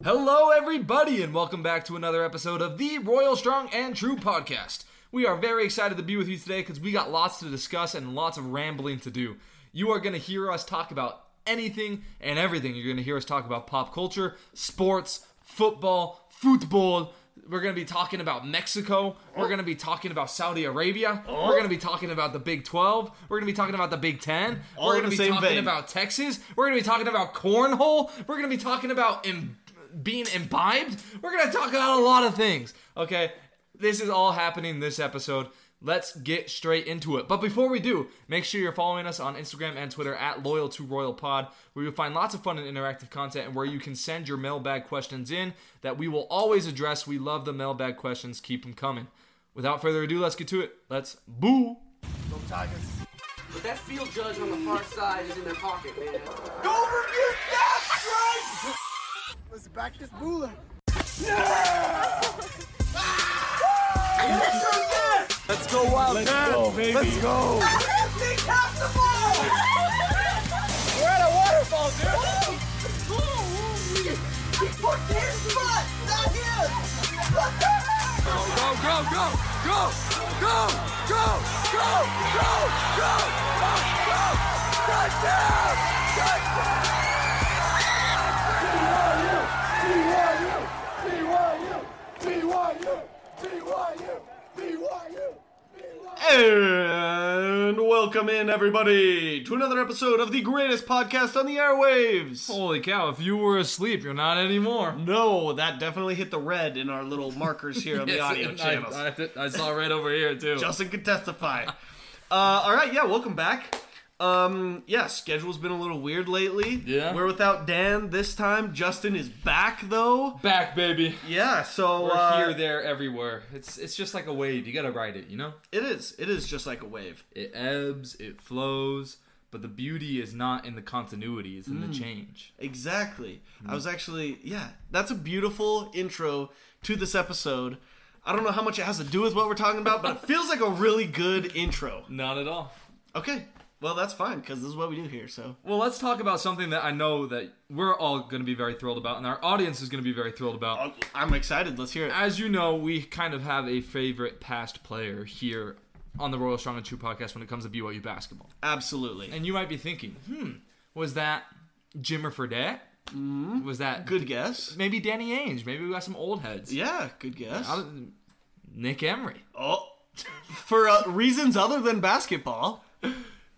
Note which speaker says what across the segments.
Speaker 1: Hello, everybody, and welcome back to another episode of the Royal Strong and True podcast. We are very excited to be with you today because we got lots to discuss and lots of rambling to do. You are going to hear us talk about anything and everything. You're going to hear us talk about pop culture, sports, football, football. We're going to be talking about Mexico. We're going to be talking about Saudi Arabia.
Speaker 2: Oh.
Speaker 1: We're going to be talking about the Big 12. We're going to be talking about the Big 10.
Speaker 2: All
Speaker 1: We're
Speaker 2: in
Speaker 1: going to
Speaker 2: the
Speaker 1: be
Speaker 2: same
Speaker 1: talking
Speaker 2: vein.
Speaker 1: about Texas. We're going to be talking about cornhole. We're going to be talking about Im- being imbibed. We're going to talk about a lot of things. Okay, this is all happening this episode. Let's get straight into it. But before we do, make sure you're following us on Instagram and Twitter at Loyal to Royal Pod, where you'll find lots of fun and interactive content and where you can send your mailbag questions in that we will always address. We love the mailbag questions. Keep them coming. Without further ado, let's get to it. Let's boo.
Speaker 3: Go Tigers.
Speaker 4: But that field judge on the far side is in their pocket, man.
Speaker 3: Let's back this ruler.
Speaker 2: And welcome in, everybody, to another episode of the greatest podcast on the airwaves.
Speaker 1: Holy cow, if you were asleep, you're not anymore.
Speaker 2: No, that definitely hit the red in our little markers here on the
Speaker 1: Yes,
Speaker 2: audio
Speaker 1: and I-
Speaker 2: channels.
Speaker 1: I, I saw right over here too.
Speaker 2: Justin can testify. uh, all right, yeah, welcome back. Um, yeah, schedule's been a little weird lately.
Speaker 1: Yeah.
Speaker 2: We're without Dan this time. Justin is back, though.
Speaker 1: back, baby.
Speaker 2: Yeah, so.
Speaker 1: We're
Speaker 2: uh,
Speaker 1: here, there, everywhere. It's it's just like a wave. You gotta ride it, you know.
Speaker 2: It is. It is just like a wave.
Speaker 1: It ebbs, it flows, but the beauty is not in the continuity; it's in the change.
Speaker 2: Exactly. I was actually, yeah, that's a beautiful intro to this episode. I don't know how much it has to do with what we're talking about, but it feels like a really good intro.
Speaker 1: Not at all.
Speaker 2: Okay, well, that's fine because this is what we do here, so.
Speaker 1: Well, let's talk about something that I know that we're all gonna be very thrilled about, and our audience is gonna be very thrilled about.
Speaker 2: Oh. I'm excited. Let's hear it.
Speaker 1: As you know, we kind of have a favorite past player here on the Royal Strong and True podcast when it comes to BYU basketball.
Speaker 2: Absolutely.
Speaker 1: And you might be thinking, hmm, was that Jimmer Fredette? Mm-hmm. Was that
Speaker 2: Good guess.
Speaker 1: Maybe Danny Ainge. Maybe we got some old heads.
Speaker 2: Yeah, good guess.
Speaker 1: I don't- Nick Emery.
Speaker 2: Oh. For uh, reasons other than basketball.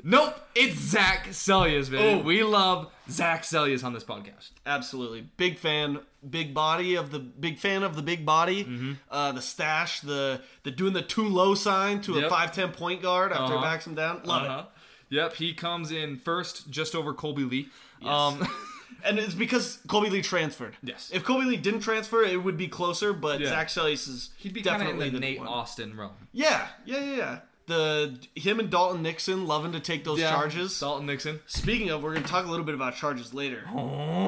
Speaker 1: Nope, it's Zach Selyus, baby.
Speaker 2: Oh.
Speaker 1: We love Zach Selyus on this podcast.
Speaker 2: Absolutely. Big fan, big body of the big fan of the big body.
Speaker 1: Mm-hmm.
Speaker 2: Uh, the stash, the the doing the too low sign to a
Speaker 1: Yep.
Speaker 2: five ten point guard after
Speaker 1: Uh-huh.
Speaker 2: it backs him down. Love
Speaker 1: Uh-huh. Yep, he comes in first, just over Colby Lee. Um,
Speaker 2: it. And it's because Colby Lee transferred.
Speaker 1: Yes.
Speaker 2: If Colby Lee didn't transfer, it would be closer, but
Speaker 1: Yeah.
Speaker 2: Zach Sellius is
Speaker 1: he'd be kind of in
Speaker 2: definitely
Speaker 1: the,
Speaker 2: the
Speaker 1: Nate
Speaker 2: one.
Speaker 1: Austin realm.
Speaker 2: Yeah, yeah, yeah, yeah. The him and Dalton Nixon loving to take those charges.
Speaker 1: Dalton Nixon.
Speaker 2: Speaking of, we're gonna talk a little bit about charges later. We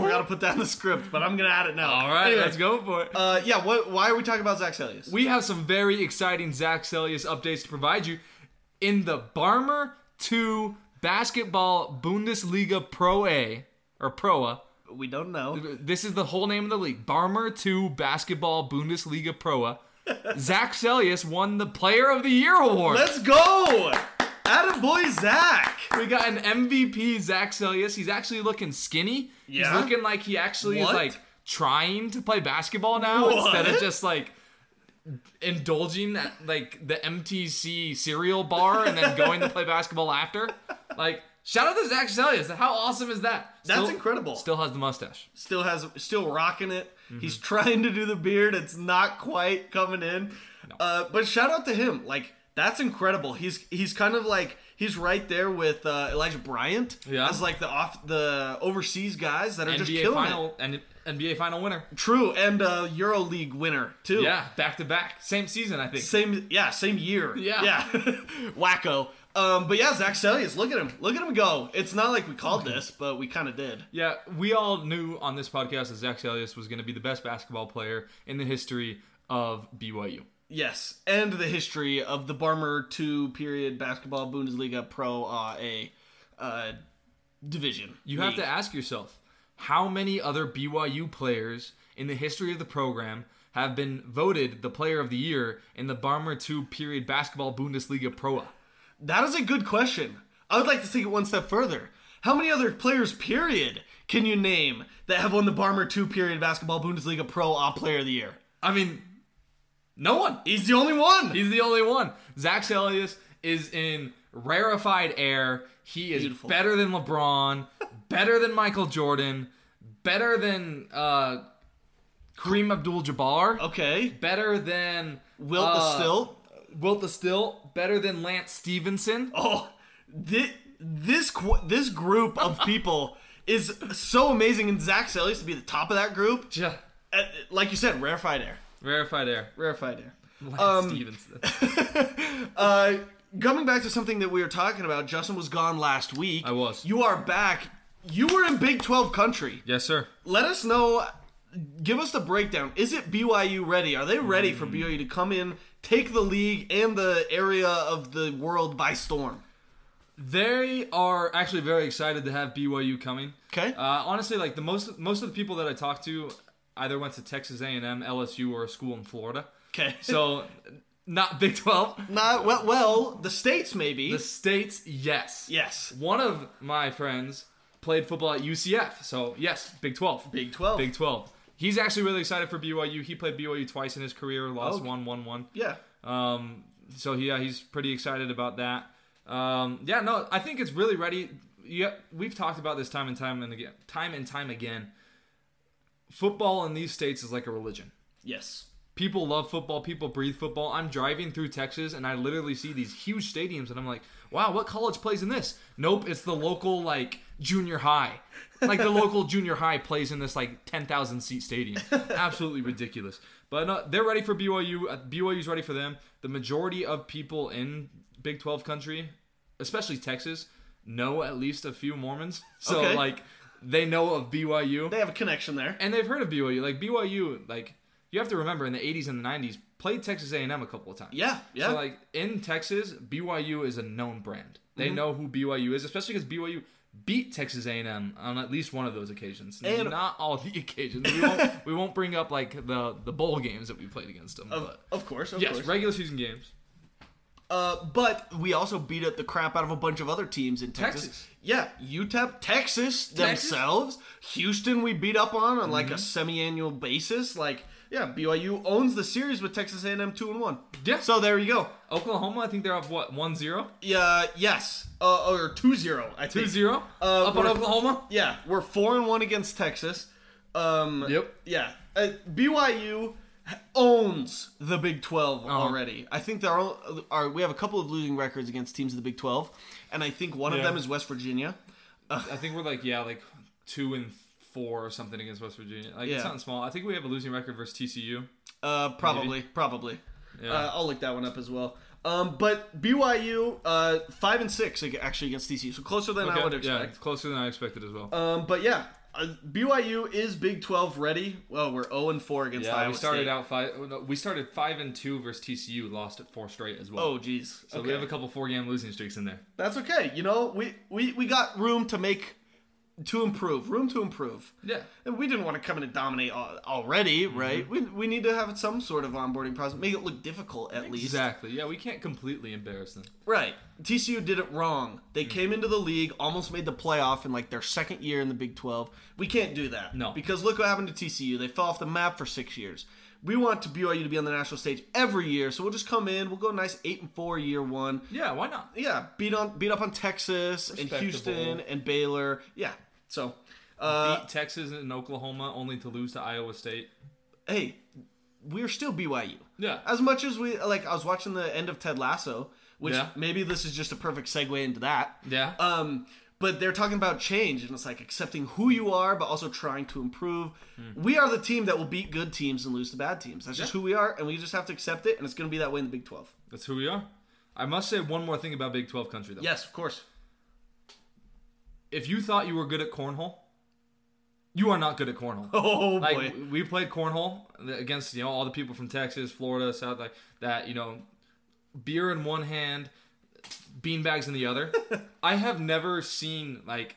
Speaker 2: gotta put that in the script, but I'm gonna add it now.
Speaker 1: Oh. All right,
Speaker 2: Anyway,
Speaker 1: let's go for it.
Speaker 2: Uh, yeah, what, why are we talking about Zach Sellius?
Speaker 1: we have some very exciting Zach Selyus updates to provide you in the Barmer 2 Basketball Bundesliga Pro A, or Proa.
Speaker 2: We don't know.
Speaker 1: This is the whole name of the league. Barmer 2 Basketball Bundesliga Proa. Zach Selyus won the Player of the Year award.
Speaker 2: Let's go! Adam boy Zach!
Speaker 1: we got an MVP Zach Selyus. He's actually looking skinny.
Speaker 2: Yeah?
Speaker 1: He's looking like he actually is
Speaker 2: What?
Speaker 1: like trying to play basketball now instead of
Speaker 2: What?
Speaker 1: just like indulging at like the MTC cereal bar and then going to play basketball after. Like shout out to Zach Selyus. How awesome is that?
Speaker 2: That's incredible.
Speaker 1: Still Mm-hmm. has the mustache.
Speaker 2: Still has still rocking it. He's trying to do the beard. It's not quite coming in. Uh, but shout out to him. Like that's incredible. He's he's kind of like he's right there with uh, Elijah Bryant
Speaker 1: Yeah.
Speaker 2: as like the off the overseas guys that are just
Speaker 1: NBA
Speaker 2: killing
Speaker 1: final and NBA final winner.
Speaker 2: it. True, and uh, EuroLeague winner too.
Speaker 1: Yeah, back to back, same season, I think.
Speaker 2: Same yeah, same year.
Speaker 1: Yeah.
Speaker 2: Yeah. Wacko. Um, but yeah, Zach Sellius, look at him. Look at him go. It's not like we called this, but we kind of did.
Speaker 1: Yeah, we all knew on this podcast that Zach Selyus was going to be the best basketball player in the history of BYU.
Speaker 2: Yes, and the history of the Barmer two period basketball Bundesliga Pro uh, A uh, division.
Speaker 1: You have
Speaker 2: league.
Speaker 1: to ask yourself, how many other BYU players in the history of the program have been voted the player of the year in the Bomber 2 period basketball Bundesliga Proa.
Speaker 2: That is a good question. I would like to take it one step further. How many other players, period, can you name that have won the Barmer 2 period basketball Bundesliga Pro Op Player of the Year?
Speaker 1: I mean, no one.
Speaker 2: He's the only one.
Speaker 1: He's the only one. Zach Selius is in rarefied air. He is
Speaker 2: Beautiful.
Speaker 1: better than LeBron, better than Michael Jordan, better than uh, Kareem Abdul-Jabbar,
Speaker 2: okay.
Speaker 1: better than
Speaker 2: Wilt
Speaker 1: uh,
Speaker 2: the Stilt.
Speaker 1: Wilt the Still, better than Lance Stevenson.
Speaker 2: Oh, this this qu- this group of people is so amazing, and Zach Selius to be the top of that group.
Speaker 1: Ja-
Speaker 2: Uh, like you said, rarefied air,
Speaker 1: rarefied air.
Speaker 2: rarefied air.
Speaker 1: Lance
Speaker 2: Um,
Speaker 1: Stevenson.
Speaker 2: Uh, coming back to something that we were talking about, Justin was gone last week.
Speaker 1: I was.
Speaker 2: You are back. You were in Big Twelve country.
Speaker 1: yes, sir.
Speaker 2: Let us know. Give us the breakdown. Is it BYU ready? Are they ready
Speaker 1: Mm.
Speaker 2: for BYU to come in, take the league and the area of the world by storm?
Speaker 1: They are actually very excited to have BYU coming.
Speaker 2: Okay.
Speaker 1: Uh, honestly, like the most most of the people that I talked to either went to Texas A and M, LSU, or a school in Florida.
Speaker 2: Okay.
Speaker 1: So not Big Twelve.
Speaker 2: Not well. Well, the states maybe.
Speaker 1: The states, yes.
Speaker 2: yes.
Speaker 1: One of my friends played football at UCF, so yes, Big Twelve.
Speaker 2: Big Twelve.
Speaker 1: Big Twelve. He's actually really excited for BYU. He played BYU twice in his career, lost
Speaker 2: Oh.
Speaker 1: one, one, one.
Speaker 2: Yeah.
Speaker 1: Um, so yeah, he's pretty excited about that. Um, yeah, no, I think it's really ready. Yeah, we've talked about this time and time and again, time and time again. Football in these states is like a religion.
Speaker 2: Yes.
Speaker 1: People love football. People breathe football. I'm driving through Texas and I literally see these huge stadiums and I'm like, wow, what college plays in this? Nope, it's the local like junior high. Like the local junior high plays in this like 10,000 seat stadium. Absolutely ridiculous. But no, they're ready for BYU. Uh, BYU's ready for them. The majority of people in Big 12 country, especially Texas, know at least a few Mormons. So
Speaker 2: Okay.
Speaker 1: like they know of BYU
Speaker 2: They have a connection there.
Speaker 1: and they've heard of BYU. Like BYU, like you have to remember in the '80s and the '90s played Texas A&M a couple of times.
Speaker 2: Yeah, yeah.
Speaker 1: So like in Texas, BYU is a known brand. They
Speaker 2: Mm-hmm.
Speaker 1: know who BYU is, especially because BYU beat Texas A&M on at least one of those occasions.
Speaker 2: And-
Speaker 1: Not all the occasions. We won't, we won't bring up like the the bowl games that we played against them.
Speaker 2: Of,
Speaker 1: but
Speaker 2: of course. Of
Speaker 1: yes,
Speaker 2: course.
Speaker 1: regular season games.
Speaker 2: Uh, but we also beat up the crap out of a bunch of other teams in Texas.
Speaker 1: Texas.
Speaker 2: Yeah, UTEP, Texas themselves, Houston. We beat up on on like a
Speaker 1: Mm-hmm.
Speaker 2: semi-annual basis. Like, yeah, BYU owns the series with Texas A&M two and one.
Speaker 1: Yeah.
Speaker 2: So there you go.
Speaker 1: Oklahoma, I think they're up what 1-0?
Speaker 2: Yeah. Yes. Uh, or 2-0, I think.
Speaker 1: 2-0?
Speaker 2: Uh,
Speaker 1: up on
Speaker 2: we're-
Speaker 1: Oklahoma?
Speaker 2: Yeah, we're four and one against Texas. Um,
Speaker 1: Yep.
Speaker 2: Yeah, uh, BYU owns the Big 12
Speaker 1: Uh-huh.
Speaker 2: already. I think there are, are we have a couple of losing records against teams in the Big Twelve, and I think one of
Speaker 1: Yeah.
Speaker 2: them is West Virginia.
Speaker 1: I think we're like yeah, like two and four or something against West Virginia. Like
Speaker 2: Yeah.
Speaker 1: it's something small. I think we have a losing record versus TCU.
Speaker 2: Uh, probably, probably.
Speaker 1: Yeah.
Speaker 2: Uh, I'll look that one up as well. Um, but BYU uh, five and six ag- actually against TCU, so closer than I
Speaker 1: Okay,
Speaker 2: would
Speaker 1: yeah,
Speaker 2: expect.
Speaker 1: it's closer than I expected as well.
Speaker 2: Um, but yeah, uh, BYU is Big 12 ready. Well, we're 0 and 4 against
Speaker 1: yeah,
Speaker 2: Iowa
Speaker 1: we started
Speaker 2: State.
Speaker 1: out five. oh, No, we started five and two versus TCU. Lost at four straight as well.
Speaker 2: Oh, geez.
Speaker 1: so we have a couple four game losing streaks in there.
Speaker 2: That's okay. You know, we, we, we got room to make, to improve, room to improve.
Speaker 1: Yeah, Mm-hmm.
Speaker 2: And we didn't want to come in and dominate al- already, right? We, we need to have some sort of onboarding process, make it look difficult at least.
Speaker 1: exactly. Yeah, we can't completely embarrass them.
Speaker 2: Right. TCU did it wrong. They
Speaker 1: Mm-hmm.
Speaker 2: came into the league, almost made the playoff in like their second year in the Big 12. We can't do that.
Speaker 1: No.
Speaker 2: Because look what happened to TCU. They fell off the map for six years. We want to BYU to be on the national stage every year, so we'll just come in. We'll go nice eight and four year one.
Speaker 1: Yeah, why not?
Speaker 2: Yeah, beat on beat up on Texas and
Speaker 1: Respectable.
Speaker 2: Houston and Baylor. Yeah. So, uh,
Speaker 1: Beat Texas and Oklahoma only to lose to Iowa State.
Speaker 2: hey, we're still BYU.
Speaker 1: Yeah.
Speaker 2: As much as we like, I was watching the end of Ted Lasso, which
Speaker 1: Yeah.
Speaker 2: maybe this is just a perfect segue into that.
Speaker 1: Yeah.
Speaker 2: Um, but they're talking about change, and it's like accepting who you are, but also trying to improve. We are the team that will beat good teams and lose to bad teams. That's just who we are, and we just have to accept it. And it's going to be that way in the Big Twelve.
Speaker 1: That's who we are. I must say one more thing about Big Twelve country though.
Speaker 2: Yes, of course.
Speaker 1: If you thought you were good at cornhole, you are not good at cornhole.
Speaker 2: Oh
Speaker 1: like
Speaker 2: boy.
Speaker 1: we played cornhole against you know all the people from Texas, Florida, South like that. You know, beer in one hand, beanbags in the other. I have never seen like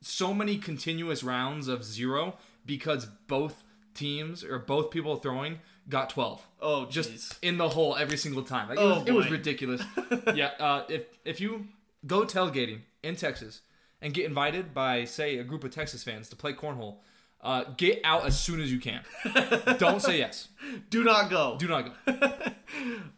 Speaker 1: so many continuous rounds of zero because both teams or both people throwing got 12
Speaker 2: Oh,
Speaker 1: just
Speaker 2: jeez.
Speaker 1: in the hole every single time. Like, it,
Speaker 2: Oh,
Speaker 1: was, it was
Speaker 2: boy.
Speaker 1: ridiculous. yeah, uh, if if you go tailgating in Texas and get invited by say a group of Texas fans to play cornhole, uh, get out as soon as you can. Don't say yes.
Speaker 2: Do not go.
Speaker 1: Do not go.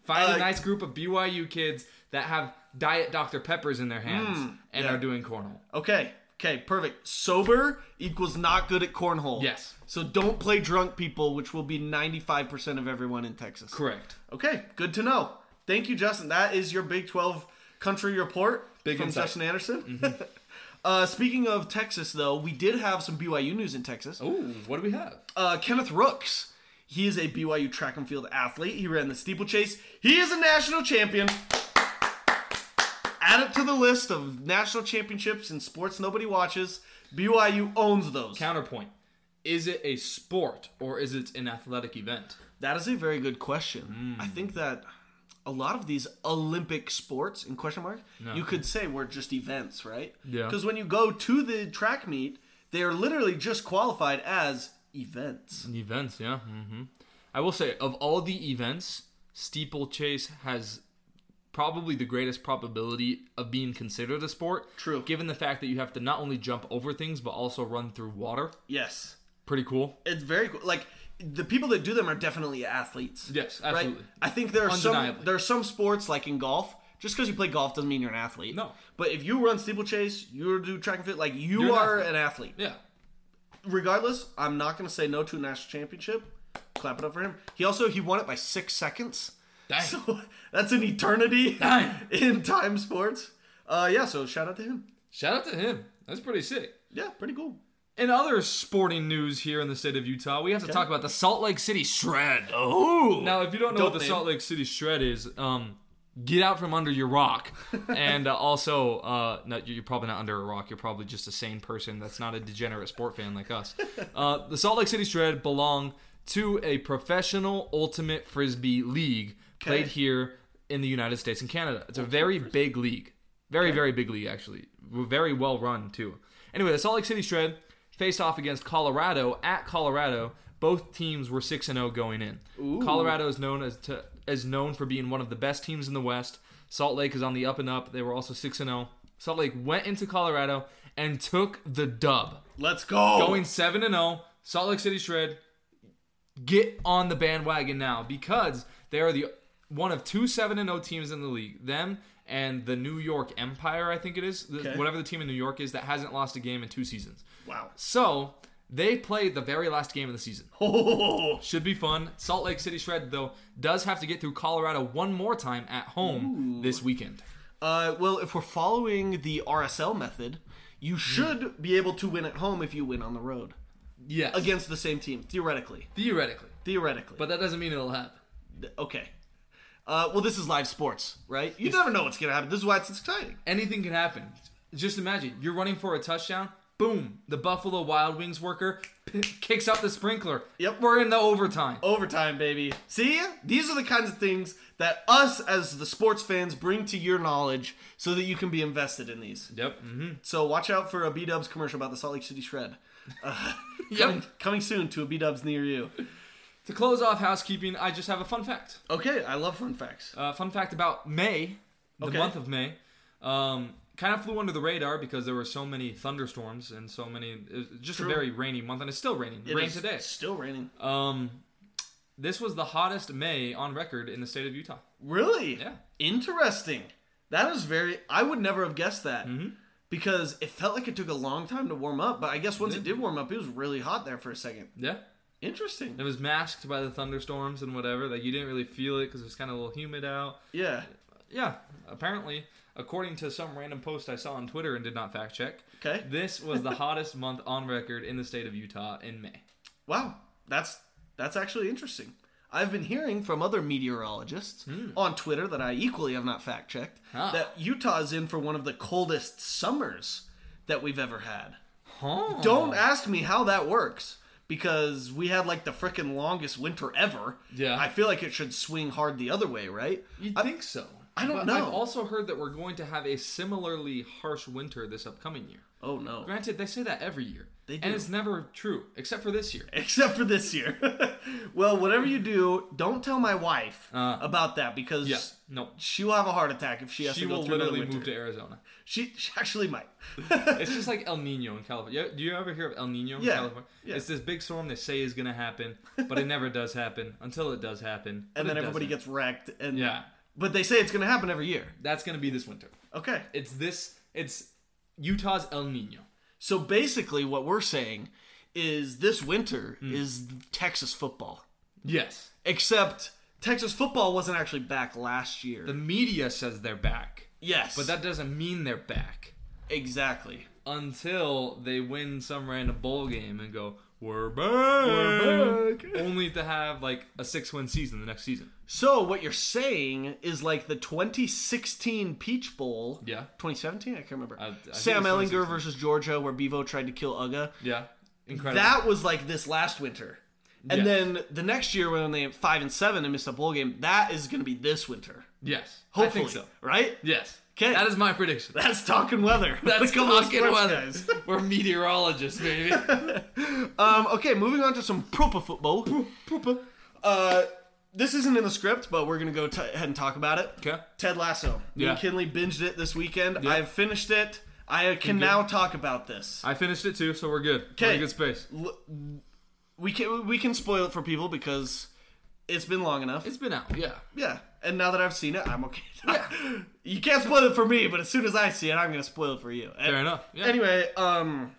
Speaker 1: Find
Speaker 2: Uh,
Speaker 1: a nice group of BYU kids that have Diet Dr Peppers in their hands and
Speaker 2: Hmm, yeah. Oh.
Speaker 1: are doing cornhole.
Speaker 2: Okay. Okay, perfect. Sober equals not good at cornhole.
Speaker 1: Yes.
Speaker 2: So don't play drunk people, which will be 95% of everyone in Texas.
Speaker 1: Correct.
Speaker 2: Okay, good to know. Thank you, Justin. That is your Big 12 country report
Speaker 1: Big
Speaker 2: from
Speaker 1: insight. Mm-hmm.
Speaker 2: Justin Anderson. uh, speaking of Texas, though, we did have some BYU news in Texas.
Speaker 1: Ooh, what do we have?
Speaker 2: Uh, Kenneth Rooks, he is a BYU track and field athlete. He ran the steeplechase. He is a national champion. Add it to the list of national championships in sports nobody watches. BYU owns those.
Speaker 1: Counterpoint. Is it a sport or is it an athletic event?
Speaker 2: That is a very good question. I think that a lot of these Olympic sports in question mark, you could say were just events, right?
Speaker 1: Yeah.
Speaker 2: Because when you go to the track meet, they are literally just qualified as
Speaker 1: Mm.
Speaker 2: events.
Speaker 1: Events, yeah. hmm I will say, of all the events, steeplechase has probably the greatest probability of being considered a sport.
Speaker 2: True.
Speaker 1: Given the fact that you have to not only jump over things, but also run through water.
Speaker 2: Yes.
Speaker 1: Pretty cool.
Speaker 2: It's very cool. Like the people that do them are definitely athletes.
Speaker 1: Yes,
Speaker 2: right?
Speaker 1: absolutely.
Speaker 2: I think there are some
Speaker 1: Undeniably.
Speaker 2: there are some sports like in golf. Just because you play golf doesn't mean you're an athlete.
Speaker 1: No.
Speaker 2: But if you run steeplechase, you do track and field, like you
Speaker 1: You're an
Speaker 2: are
Speaker 1: athlete.
Speaker 2: an athlete.
Speaker 1: Yeah.
Speaker 2: regardless, I'm not going to say no to a national championship. Clap it up for him. He also he won it by six seconds.
Speaker 1: Dang.
Speaker 2: So that's an eternity
Speaker 1: Dang.
Speaker 2: in time sports. Uh, yeah. So shout out to him.
Speaker 1: Shout out to him. That's pretty sick.
Speaker 2: Yeah, pretty cool.
Speaker 1: In other sporting news here in the state of Utah, we have to talk about the Salt Lake City Shred.
Speaker 2: Oh,
Speaker 1: Now, if you don't know what
Speaker 2: Dope
Speaker 1: the
Speaker 2: name.
Speaker 1: Salt Lake City Shred is, um, get out from under your rock. and uh, also, uh, no, you're probably not under a rock. You're probably just a sane person that's not a degenerate sport fan like us. Uh, the Salt Lake City Shred belong to a professional ultimate frisbee league played here in the United States and Canada. It's a very big league. Very, very big league, actually. Very well run, too. Anyway, the Salt Lake City Shred faced off against Colorado at Colorado. Both teams were 6 and 0 going in. Colorado is known as to, as known for being one of the best teams in the West. Salt Lake is on the up and up. They were also 6 and 0. Salt Lake went into Colorado and took the dub.
Speaker 2: let's go.
Speaker 1: Going 7 and 0. Salt Lake City Shred get on the bandwagon now because they are the one of two 7 and 0 teams in the league. Them and the New York Empire, I think it is, the-
Speaker 2: Okay.
Speaker 1: whatever the team in New York is that hasn't lost a game in two seasons.
Speaker 2: wow.
Speaker 1: So they played the very last game of the season.
Speaker 2: Oh,
Speaker 1: Should be fun. Salt Lake City Shred, though, does have to get through Colorado one more time at home this weekend.
Speaker 2: uh, well, if we're following the RSL method,
Speaker 1: Hmm.
Speaker 2: you should be able to win at home if you win on the road
Speaker 1: Yes.
Speaker 2: against the same team, theoretically.
Speaker 1: Theoretically.
Speaker 2: Theoretically,
Speaker 1: But that doesn't mean it'll happen.
Speaker 2: okay. Uh, well, this is live sports, right? You never know what's gonna happen. This is why it's exciting.
Speaker 1: Anything can happen. Just imagine you're running for a touchdown. Boom. The Buffalo Wild Wings worker p- kicks up the sprinkler.
Speaker 2: Yep. Oh.
Speaker 1: We're in the overtime.
Speaker 2: Overtime, baby. See? These are the kinds of things that us as the sports fans bring to your knowledge so that you can be invested in these.
Speaker 1: Yep. Mm-hmm.
Speaker 2: So watch out for a B Dubs commercial about the Salt Lake City Shred. Uh,
Speaker 1: Yep.
Speaker 2: Coming soon to a B Dubs near you.
Speaker 1: to close off housekeeping, I just have a fun fact.
Speaker 2: Okay, I love fun facts.
Speaker 1: Uh, fun fact about May, the
Speaker 2: Okay.
Speaker 1: month of May, um, kind of flew under the radar because there were so many thunderstorms and so many. It was just a very rainy month, and it's still raining.
Speaker 2: It
Speaker 1: Rain
Speaker 2: is
Speaker 1: today.
Speaker 2: Still raining.
Speaker 1: Um, this was the hottest May on record in the state of Utah.
Speaker 2: Really?
Speaker 1: Yeah.
Speaker 2: Interesting. That is very. I would never have guessed that because it felt like it took a long time to warm up. But I guess once it did warm up, it was really hot there for a second.
Speaker 1: Yeah,
Speaker 2: Interesting.
Speaker 1: it was masked by the thunderstorms and whatever. Like you didn't really feel it because it was kind of a little humid out.
Speaker 2: Yeah.
Speaker 1: Yeah, apparently, according to some random post I saw on Twitter and did not fact check,
Speaker 2: Okay.
Speaker 1: this was the hottest month on record in the state of Utah in May.
Speaker 2: Wow, that's that's actually interesting. I've been hearing from other meteorologists on Twitter that I equally have not fact checked
Speaker 1: Ah.
Speaker 2: that Utah is in for one of the coldest summers that we've ever had.
Speaker 1: Huh?
Speaker 2: Don't ask me how that works because we had like the frickin' longest winter ever.
Speaker 1: Yeah.
Speaker 2: I feel like it should swing hard the other way, right?
Speaker 1: You
Speaker 2: I-
Speaker 1: think so?
Speaker 2: I don't
Speaker 1: But
Speaker 2: know.
Speaker 1: I've also heard that we're going to have a similarly harsh winter this upcoming year.
Speaker 2: oh no.
Speaker 1: Granted, they say that every year,
Speaker 2: They do.
Speaker 1: and it's never true except for this year.
Speaker 2: Except for this year. well, whatever you do, don't tell my wife
Speaker 1: Uh,
Speaker 2: about that because
Speaker 1: Yeah, no,
Speaker 2: she'll have a heart attack if she has
Speaker 1: she
Speaker 2: to go
Speaker 1: will
Speaker 2: through another
Speaker 1: literally
Speaker 2: winter.
Speaker 1: move to Arizona.
Speaker 2: She, she actually might.
Speaker 1: It's just like El Nino in California. Do you ever hear of El Nino in
Speaker 2: Yeah,
Speaker 1: California?
Speaker 2: yeah.
Speaker 1: It's this big storm they say is going to happen, but it never does happen until it does happen. but
Speaker 2: and then
Speaker 1: it
Speaker 2: everybody
Speaker 1: doesn't.
Speaker 2: gets wrecked. And
Speaker 1: Yeah.
Speaker 2: but they say it's going to happen every year.
Speaker 1: That's going to be this winter.
Speaker 2: Okay.
Speaker 1: It's this. It's Utah's El Nino.
Speaker 2: So basically, what we're saying is this winter
Speaker 1: Hmm.
Speaker 2: is Texas football.
Speaker 1: Yes.
Speaker 2: Except Texas football wasn't actually back last year.
Speaker 1: The media says they're back,
Speaker 2: yes,
Speaker 1: but that doesn't mean they're back
Speaker 2: exactly.
Speaker 1: until they win some random bowl game and go, "We're back."
Speaker 2: back.
Speaker 1: Only to have like a six-win season the next season.
Speaker 2: So what you're saying is like the 2016 Peach Bowl.
Speaker 1: Yeah.
Speaker 2: 2017, I can't remember.
Speaker 1: I think
Speaker 2: Sam
Speaker 1: it was
Speaker 2: Ellinger versus Georgia, where Bevo tried to kill Uga.
Speaker 1: Yeah. Incredible.
Speaker 2: That was like this last winter. And
Speaker 1: Yes.
Speaker 2: then the next year when they five and seven and missed a bowl game, that is going to be this winter.
Speaker 1: yes.
Speaker 2: Hopefully,
Speaker 1: I think so.
Speaker 2: right?
Speaker 1: Yes.
Speaker 2: 'Kay.
Speaker 1: That is my prediction.
Speaker 2: That's talking weather.
Speaker 1: That's
Speaker 2: Come on,
Speaker 1: talking
Speaker 2: sports
Speaker 1: weather.
Speaker 2: guys.
Speaker 1: We're meteorologists, baby.
Speaker 2: Um, okay, moving on to some proper football. Uh, this isn't in the script, but we're gonna go t- ahead and talk about it.
Speaker 1: 'Kay.
Speaker 2: Ted Lasso. Me
Speaker 1: Yeah.
Speaker 2: and Kinley binged it this weekend. I've finished it. I can now talk about this.
Speaker 1: I finished it too, so we're good. We're in
Speaker 2: Okay.
Speaker 1: good space.
Speaker 2: We can we can spoil it for people because it's been long enough.
Speaker 1: It's been out. Yeah.
Speaker 2: yeah, and now that I've seen it, I'm okay. you can't spoil it for me, but as soon as I see it, I'm gonna spoil it for you.
Speaker 1: Fair enough. Yeah.
Speaker 2: Anyway, um,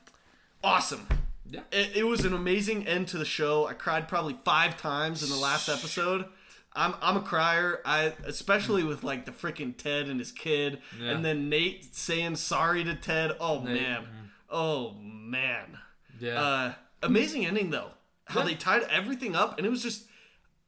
Speaker 2: awesome.
Speaker 1: Yeah.
Speaker 2: it, it was an amazing end to the show. I cried probably five times in the last episode. I'm I'm a crier. I especially with like the freaking Ted and his kid,
Speaker 1: Yeah.
Speaker 2: and then Nate saying sorry to Ted. Oh
Speaker 1: Nate, mm-hmm.
Speaker 2: man, oh man.
Speaker 1: Yeah.
Speaker 2: Uh, amazing ending though. How
Speaker 1: Yeah.
Speaker 2: they tied everything up, and it was just.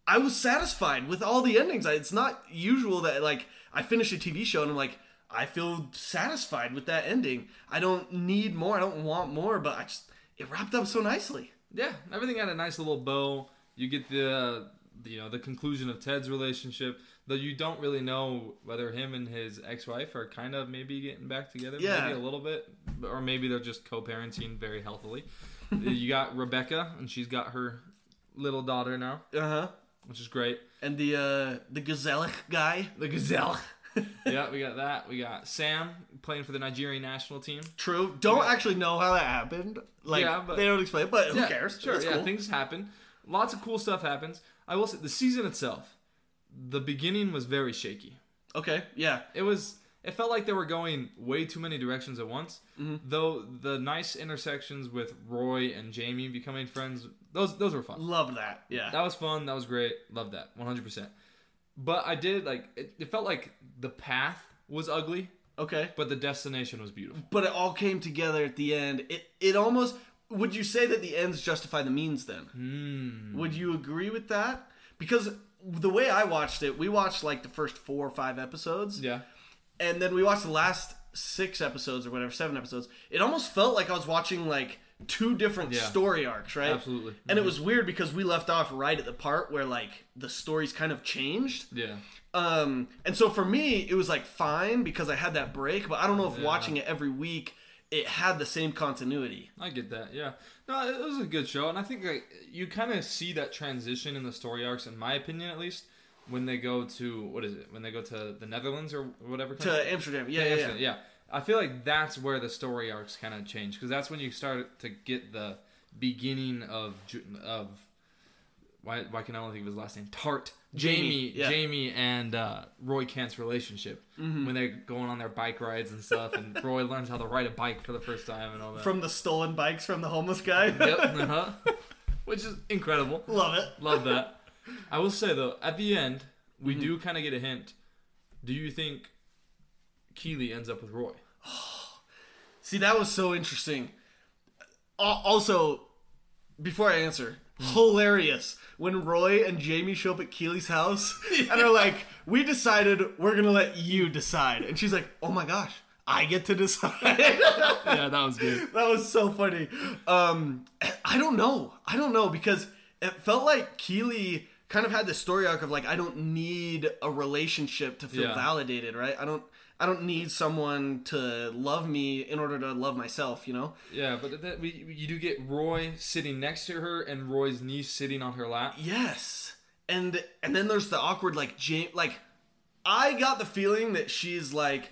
Speaker 2: I was satisfied with all the endings. I, it's not usual that like I finish a TV show and I'm like I feel satisfied with that ending. I don't need more. I don't want more. But I just it wrapped up so nicely.
Speaker 1: yeah. Everything had a nice little bow. You get the uh, you know the conclusion of Ted's relationship, though you don't really know whether him and his ex-wife are kind of maybe getting back together,
Speaker 2: Yeah.
Speaker 1: maybe a little bit, or maybe they're just co-parenting very healthily. you got Rebecca, and she's got her little daughter now,
Speaker 2: Uh huh.
Speaker 1: which is great.
Speaker 2: And the uh the gazelle guy. The gazelle.
Speaker 1: yeah, we got that. We got Sam playing for the Nigerian national team.
Speaker 2: True. Don't actually know how that happened. Like
Speaker 1: Yeah, but-
Speaker 2: they don't explain it, but who
Speaker 1: Yeah,
Speaker 2: cares?
Speaker 1: Sure,
Speaker 2: It's
Speaker 1: yeah,
Speaker 2: cool.
Speaker 1: things happen. Lots of cool stuff happens. I will say the season itself, the beginning was very shaky.
Speaker 2: Okay. Yeah.
Speaker 1: It was. It felt like they were going way too many directions at once.
Speaker 2: Mm-hmm.
Speaker 1: Though the nice intersections with Roy and Jamie becoming friends, those those were fun.
Speaker 2: Love that. Yeah.
Speaker 1: That was fun. That was great. Love that. One hundred percent. But I did like it, it. felt like the path was ugly,
Speaker 2: okay.
Speaker 1: but the destination was beautiful.
Speaker 2: But it all came together at the end. It it almost would you say that the ends justify the means then?
Speaker 1: Hmm.
Speaker 2: Would you agree with that? Because the way I watched it, we watched like the first four or five episodes.
Speaker 1: Yeah.
Speaker 2: and then we watched the last six episodes or whatever, seven episodes. It almost felt like I was watching like two different
Speaker 1: Yeah.
Speaker 2: story arcs, right?
Speaker 1: Absolutely. Mhm.
Speaker 2: And it was weird because we left off right at the part where like the stories kind of changed.
Speaker 1: Yeah.
Speaker 2: Um, and so for me, it was like fine because I had that break, but I don't know if watching it every week it had the same continuity.
Speaker 1: I get that. Yeah. No, it was a good show, and I think like you kind of see that transition in the story arcs, in my opinion, at least, when they go to what is it? When they go to the Netherlands or whatever. country?
Speaker 2: To Amsterdam, yeah, yeah, yeah.
Speaker 1: Amsterdam, I feel like that's where the story arcs kind of change because that's when you start to get the beginning of Ju- of why why can I only think of his last name Tart
Speaker 2: Jamie,
Speaker 1: Jamie
Speaker 2: yeah. Mm-hmm.
Speaker 1: Jamie and uh, Roy Kent's relationship when they're going on their bike rides and stuff and Roy learns how to ride a bike for the first time and all that
Speaker 2: From the stolen bikes from the homeless guy.
Speaker 1: yep uh-huh. which is incredible
Speaker 2: Love it.
Speaker 1: love that I will say though at the end we do kind of get a hint do you think Keeley ends up with Roy
Speaker 2: See, that was so interesting. Al- Also, before I answer, hilarious when Roy and Jamie show up at Keely's house and are like, "We decided we're gonna let you decide," and she's like, "Oh my gosh, I get to decide."
Speaker 1: yeah that was good
Speaker 2: that was so funny. Um, I don't know. I don't know because it felt like Keely kind of had this story arc of like I don't need a relationship to feel
Speaker 1: Yeah.
Speaker 2: validated, right? I don't I don't need someone to love me in order to love myself, you know?
Speaker 1: Yeah, but that, we, you do get Roy sitting next to her and Roy's niece sitting on her lap.
Speaker 2: Yes. And and then there's the awkward like James like I got the feeling that she's like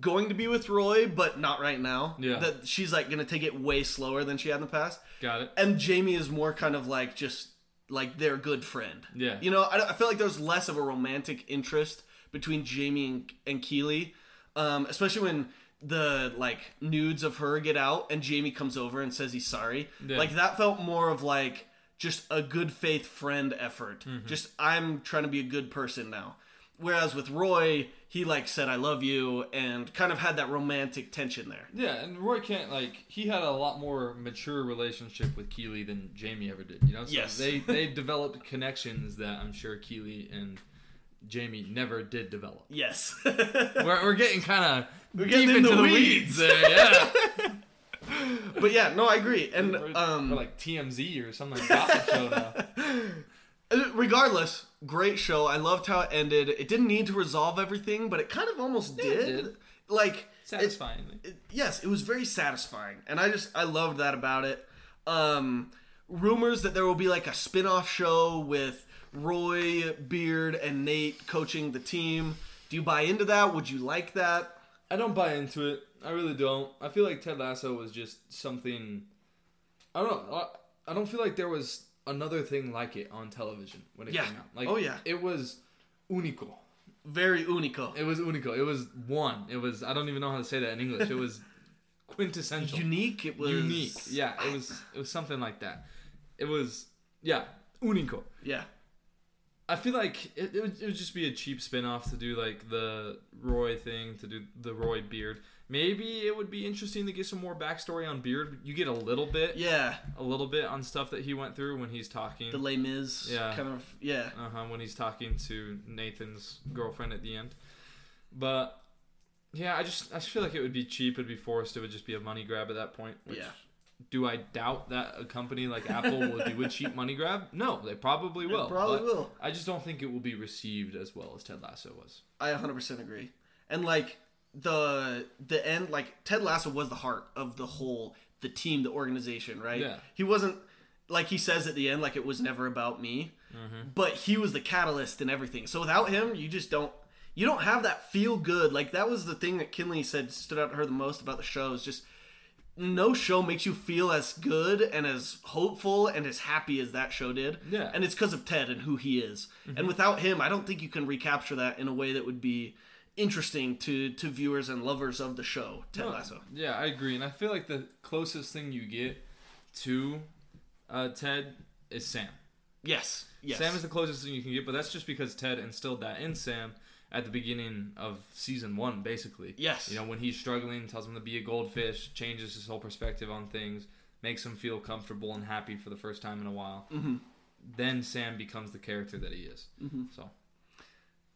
Speaker 2: going to be with Roy but not right now.
Speaker 1: Yeah.
Speaker 2: That she's like going to take it way slower than she had in the past.
Speaker 1: Got it.
Speaker 2: And Jamie is more kind of like just like their good friend.
Speaker 1: Yeah.
Speaker 2: You know, I, don't- I feel like there's less of a romantic interest between Jamie and, and Keely, um, especially when the like nudes of her get out and Jamie comes over and says he's sorry.
Speaker 1: Yeah.
Speaker 2: Like that felt more of like just a good faith friend effort.
Speaker 1: Mm-hmm.
Speaker 2: Just I'm trying to be a good person now. Whereas with Roy, he like said I love you and kind of had that romantic tension there.
Speaker 1: Yeah, and Roy Kent, like, he had a lot more mature relationship with Keeley than Jamie ever did, you know? So
Speaker 2: Yes.
Speaker 1: They, they developed connections that I'm sure Keeley and Jamie never did develop.
Speaker 2: Yes.
Speaker 1: We're, we're getting kind of
Speaker 2: getting
Speaker 1: deep
Speaker 2: in
Speaker 1: into
Speaker 2: the
Speaker 1: the
Speaker 2: weeds.
Speaker 1: weeds. there, yeah.
Speaker 2: but yeah, no, I agree. And
Speaker 1: We're,
Speaker 2: um
Speaker 1: we're like TMZ or some like gossip show now.
Speaker 2: regardless, great show. I loved how it ended. It didn't need to resolve everything, but it kind of almost did.
Speaker 1: it did.
Speaker 2: Like it's fine.
Speaker 1: Satisfyingly.
Speaker 2: it- yes, it was very satisfying, and I just I loved that about it. Um, rumors that there will be like a spin-off show with Roy Beard and Nate coaching the team. Do you buy into that? Would you like that?
Speaker 1: I don't buy into it. I really don't. I feel like Ted Lasso was just something. I don't know. I- I don't feel like there was another thing like it on television when it
Speaker 2: Yeah.
Speaker 1: came out. Like,
Speaker 2: Oh, yeah.
Speaker 1: it was unico.
Speaker 2: Very unico,
Speaker 1: It was unico. It was one. It was. I don't even know how to say that in English. It was quintessential.
Speaker 2: unique. It was
Speaker 1: Unique. Yeah. It was. It was something like that. It was. Yeah. Unico.
Speaker 2: yeah.
Speaker 1: I feel like it, it, would, it would just be a cheap spin-off to do like the Roy thing, to do the Roy Beard. Maybe it would be interesting to get some more backstory on Beard. You get a little bit,
Speaker 2: Yeah,
Speaker 1: a little bit on stuff that he went through when he's talking.
Speaker 2: the Les Mis
Speaker 1: Yeah.
Speaker 2: kind of yeah.
Speaker 1: uh-huh, when he's talking to Nathan's girlfriend at the end. But yeah, I just I just feel like it would be cheap. It'd be forced. It would just be a money grab at that point. Which
Speaker 2: Yeah.
Speaker 1: Do I doubt that a company like Apple will do a cheap money grab? No, they probably will.
Speaker 2: probably
Speaker 1: but
Speaker 2: will.
Speaker 1: I just don't think it will be received as well as Ted Lasso was.
Speaker 2: I 100% agree. And like the the end like Ted Lasso was the heart of the whole the team, the organization, right?
Speaker 1: Yeah.
Speaker 2: He wasn't like he says at the end like it was never about me. But he was the catalyst and everything. So without him, you just don't you don't have that feel good. Like that was the thing that Kinley said stood out to her the most about the show is just no show makes you feel as good and as hopeful and as happy as that show did.
Speaker 1: Yeah. Mm-hmm.
Speaker 2: And it's because of Ted and who he is. And without him, I don't think you can recapture that in a way that would be interesting to to viewers and lovers of the show, Ted Lasso.
Speaker 1: Yeah, I agree, and I feel like the closest thing you get to uh, Ted is Sam.
Speaker 2: Yes. Yes.
Speaker 1: Sam is the closest thing you can get, but that's just because Ted instilled that in Sam at the beginning of season one, basically.
Speaker 2: Yes.
Speaker 1: You know, when he's struggling, tells him to be a goldfish, changes his whole perspective on things, makes him feel comfortable and happy for the first time in a while. Mm-hmm. Then Sam becomes the character that he is. Mm-hmm. So,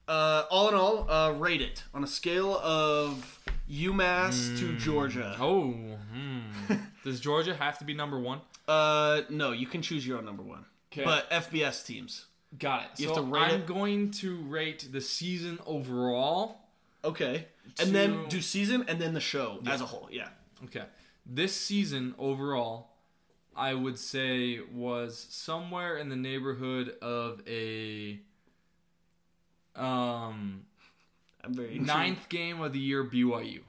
Speaker 2: uh, all in all, uh, rate it on a scale of UMass to Georgia.
Speaker 1: oh, hmm. does Georgia have to be number one?
Speaker 2: Uh, no, you can choose your own number one.
Speaker 1: 'Kay.
Speaker 2: But FBS teams.
Speaker 1: Got it.
Speaker 2: You
Speaker 1: so
Speaker 2: have to rate
Speaker 1: I'm
Speaker 2: it-
Speaker 1: going to rate the season overall.
Speaker 2: Okay. And then
Speaker 1: To-
Speaker 2: do season and then the show as a whole. Yeah.
Speaker 1: Okay. This season overall, I would say was somewhere in the neighborhood of a um
Speaker 2: I'm very intrigued.
Speaker 1: ninth game of the year BYU.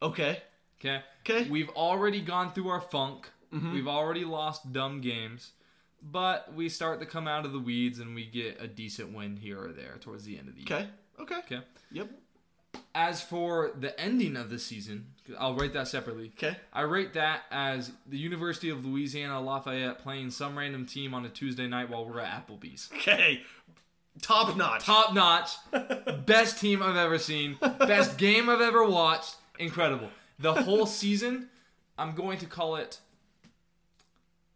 Speaker 2: Okay.
Speaker 1: Okay.
Speaker 2: 'Kay.
Speaker 1: We've already gone through our funk. We've already lost dumb games, but we start to come out of the weeds and we get a decent win here or there towards the end of the year.
Speaker 2: Okay. Okay.
Speaker 1: Okay.
Speaker 2: Yep.
Speaker 1: As for the ending of the season, I'll rate that separately.
Speaker 2: Okay.
Speaker 1: I rate that as the University of Louisiana Lafayette playing some random team on a Tuesday night while we're at Applebee's.
Speaker 2: Okay. Top notch.
Speaker 1: Top notch, best team I've ever seen, best game I've ever watched. Incredible. The whole season, I'm going to call it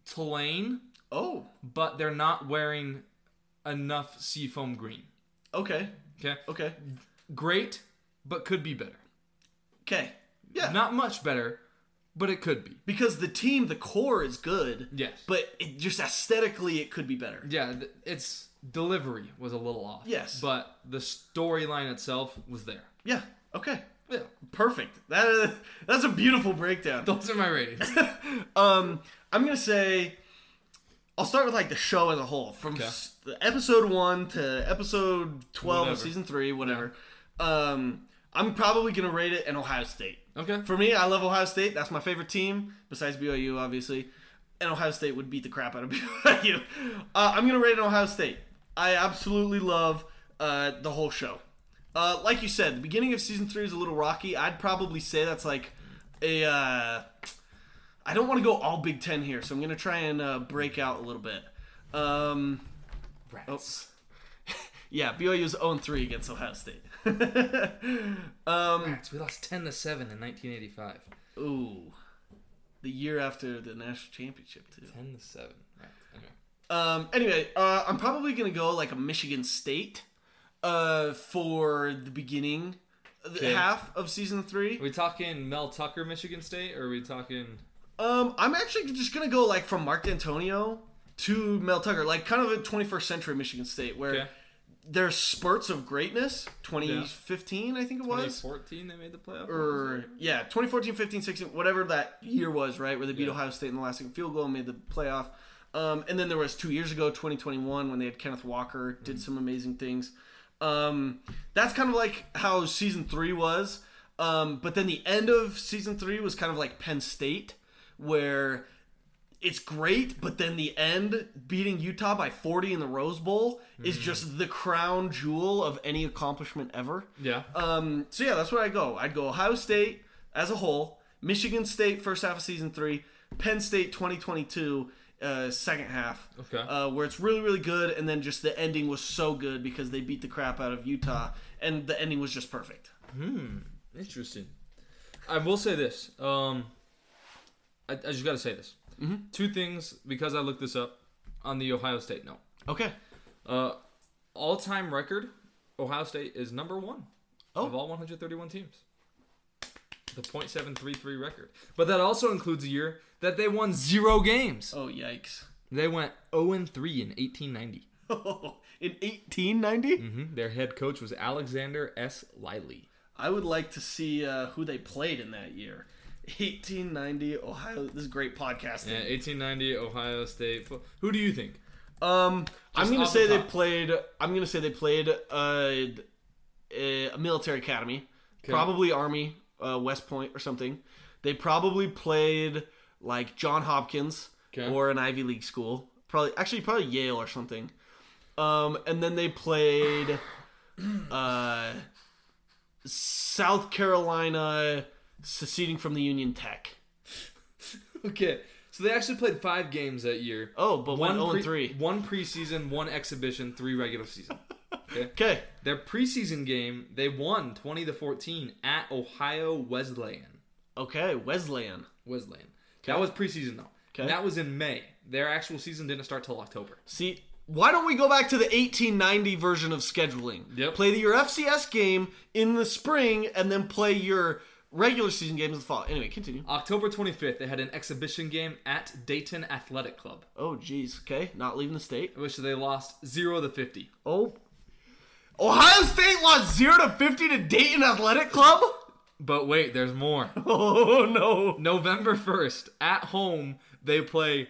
Speaker 1: Tulane,
Speaker 2: Oh.
Speaker 1: but they're not wearing enough seafoam green.
Speaker 2: Okay.
Speaker 1: Okay?
Speaker 2: Okay.
Speaker 1: Great, but could be better.
Speaker 2: Okay. Yeah.
Speaker 1: Not much better, but it could be.
Speaker 2: because the team, the core is good.
Speaker 1: Yes.
Speaker 2: But it just aesthetically, it could be better.
Speaker 1: Yeah, th- its delivery was a little off.
Speaker 2: Yes.
Speaker 1: But the storyline itself was there.
Speaker 2: Yeah. Okay.
Speaker 1: Yeah.
Speaker 2: Perfect. That that's a beautiful breakdown.
Speaker 1: Those are my ratings.
Speaker 2: Um, I'm gonna say, I'll start with like the show as a whole, from
Speaker 1: Okay.
Speaker 2: s- episode one to episode twelve of
Speaker 1: Whatever.
Speaker 2: season three, whatever. Um, I'm probably gonna rate it an Ohio State.
Speaker 1: Okay.
Speaker 2: For me, I love Ohio State. That's my favorite team besides BYU, obviously. And Ohio State would beat the crap out of BYU. Uh, I'm gonna rate an Ohio State. I absolutely love uh, the whole show. Uh, like you said, the beginning of season three is a little rocky. I'd probably say that's like a. Uh, I don't want to go all Big Ten here, so I'm gonna try and uh, break out a little bit. Um, oh.
Speaker 1: Rats.
Speaker 2: yeah, BYU's 0-3 against Ohio State.
Speaker 1: Rats. We lost 10 to 7 in 1985.
Speaker 2: Ooh, the year after the national championship too.
Speaker 1: 10 to 7. Rats. Anyway.
Speaker 2: Um, anyway, uh, I'm probably gonna go like a Michigan State uh, for the beginning the
Speaker 1: Okay.
Speaker 2: half of season three.
Speaker 1: Are we talking Mel Tucker, Michigan State, or are we talking.
Speaker 2: Um, I'm actually just gonna go like from Mark D'Antonio to Mel Tucker, like kind of a 21st century Michigan State where
Speaker 1: Okay.
Speaker 2: there's spurts of greatness. 2015, I think it was. Er,
Speaker 1: 2014 they made the playoff?
Speaker 2: or yeah 2014 15 16 whatever that year was right where they beat
Speaker 1: Yeah.
Speaker 2: ohio state in the last second field goal and made the playoff um, and then there was two years ago 2021 when they had kenneth walker did some amazing things um, that's kind of like how season three was um, but then the end of season three was kind of like penn state where it's great, but then the end beating Utah by 40 in the Rose Bowl is just the crown jewel of any accomplishment ever.
Speaker 1: Yeah.
Speaker 2: Um, so yeah, that's where I go. I'd go Ohio State as a whole, Michigan State first half of season three, Penn State 2022 uh, second half.
Speaker 1: Okay.
Speaker 2: Uh, where it's really really good, and then just the ending was so good because they beat the crap out of Utah, and the ending was just perfect.
Speaker 1: Interesting. I will say this. Um, I, I just got to say this.
Speaker 2: Mm-hmm.
Speaker 1: Two things because I looked this up on the Ohio State note.
Speaker 2: Okay.
Speaker 1: Uh, all time record, Ohio State is number one
Speaker 2: Oh.
Speaker 1: of all 131 teams. The .733 record, but that also includes a year that they won zero games.
Speaker 2: Oh yikes!
Speaker 1: They went 0 and 3 in 1890.
Speaker 2: in 1890,
Speaker 1: Mhm. Their head coach was Alexander S. Liley.
Speaker 2: I would like to see uh, who they played in that year. 1890 Ohio. This is great podcasting.
Speaker 1: Yeah, 1890 Ohio State. fo- Who do you think?
Speaker 2: Um, I'm
Speaker 1: Just
Speaker 2: gonna
Speaker 1: off the
Speaker 2: say they
Speaker 1: top.
Speaker 2: played. I'm gonna say they played uh, a, a military academy, probably Army, uh, West Point or something. They probably played like John Hopkins
Speaker 1: Okay.
Speaker 2: or an Ivy League school. Probably actually probably Yale or something. Um, and then they played uh, South Carolina seceding from the Union Tech.
Speaker 1: Okay, so they actually played five games that year.
Speaker 2: Oh, but one zero
Speaker 1: pre-
Speaker 2: and three.
Speaker 1: One preseason, one exhibition, three regular season.
Speaker 2: Okay.
Speaker 1: Their preseason game, they won 20 to 14 at Ohio Wesleyan.
Speaker 2: Okay. Wesleyan.
Speaker 1: Wesleyan. That was preseason though.
Speaker 2: Okay.
Speaker 1: That was in May. Their actual season didn't start till October.
Speaker 2: See, why don't we go back to the 1890 version of scheduling?
Speaker 1: Yep.
Speaker 2: Play your FCS game in the spring and then play your regular season games in the fall. Anyway, continue.
Speaker 1: October 25th, they had an exhibition game at Dayton Athletic Club,
Speaker 2: Oh, geez. Okay. Not leaving the state.
Speaker 1: in which they lost 0 to 50.
Speaker 2: Oh. Ohio State lost 0 to 50 to Dayton Athletic Club?
Speaker 1: But wait, there's more.
Speaker 2: Oh, no.
Speaker 1: November 1st, at home, they play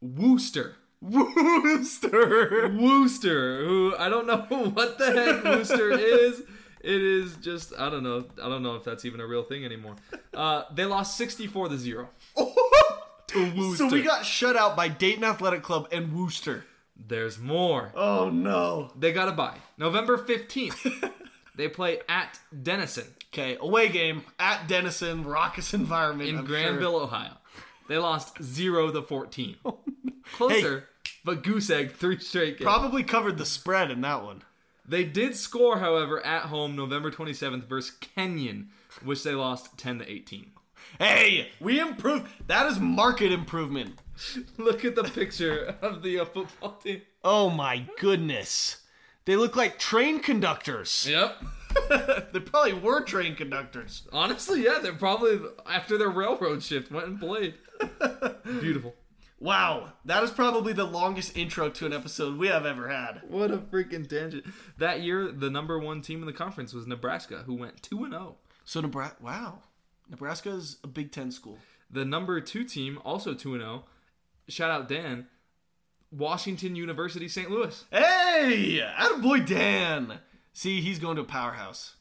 Speaker 1: Wooster.
Speaker 2: Wooster.
Speaker 1: Wooster, who I don't know what the heck Wooster is. It is just I don't know. I don't know if that's even a real thing anymore. Uh, they lost sixty-four to zero.
Speaker 2: So
Speaker 1: Wooster.
Speaker 2: we got shut out by Dayton Athletic Club and Wooster.
Speaker 1: There's more.
Speaker 2: Oh, no.
Speaker 1: They got to buy. November fifteenth, they play at Denison
Speaker 2: Okay. Away game at Denison, raucous environment.
Speaker 1: in
Speaker 2: I'm sure. Oh,
Speaker 1: Granville, Ohio. They lost zero to fourteen. Closer, but goose egg three straight games.
Speaker 2: Probably covered the spread in that one.
Speaker 1: they did score, however, at home November twenty-seventh versus Kenyon, which they lost ten to eighteen.
Speaker 2: Hey, we improved. That is market improvement.
Speaker 1: Look at the picture of the uh, football team.
Speaker 2: Oh my goodness. They look like train conductors.
Speaker 1: Yep.
Speaker 2: they probably were train conductors.
Speaker 1: Honestly, yeah, they're probably after their railroad shift went and played. Beautiful.
Speaker 2: Wow, that is probably the longest intro to an episode we have ever had.
Speaker 1: What a freaking tangent. That year, the number one team in the conference was Nebraska, who went 2 and oh. 0.
Speaker 2: So Nebraska, wow, Nebraska's a Big Ten school.
Speaker 1: The number two team, also 2 and 0, shout out Dan, Washington University St. Louis.
Speaker 2: Hey, boy Dan. See, he's going to a powerhouse,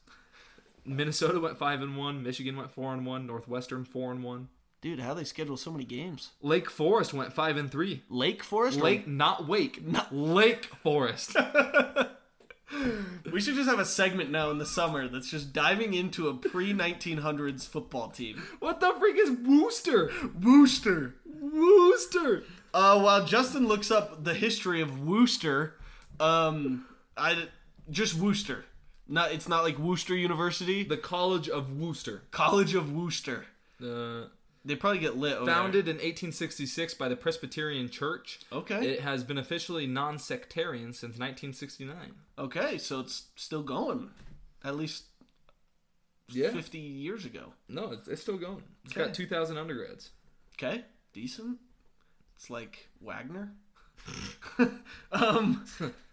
Speaker 1: Minnesota went 5 and 1, Michigan went 4 and 1, Northwestern 4 and 1.
Speaker 2: dude. How they schedule so many games?
Speaker 1: Lake Forest went 5 and 3.
Speaker 2: Lake Forest, or-
Speaker 1: Lake, not Wake, not Lake Forest.
Speaker 2: We should just have a segment now in the summer that's just diving into a pre 1900s football team.
Speaker 1: what the freak is Wooster?
Speaker 2: Wooster.
Speaker 1: Wooster.
Speaker 2: Uh, while Justin looks up the history of Wooster, um, I just Wooster. Not it's not like Wooster University, the
Speaker 1: The College of Wooster.
Speaker 2: College of Wooster.
Speaker 1: Uh,
Speaker 2: They probably get lit. Over there.
Speaker 1: founded in 1866 by the Presbyterian Church.
Speaker 2: Okay.
Speaker 1: It has been officially non-sectarian since 1969.
Speaker 2: Okay, so it's still going. At least
Speaker 1: Yeah.
Speaker 2: 50 years ago.
Speaker 1: No, it's, it's still going. It's
Speaker 2: Okay.
Speaker 1: got 2,000 undergrads.
Speaker 2: Okay, decent. It's like Wagner. um.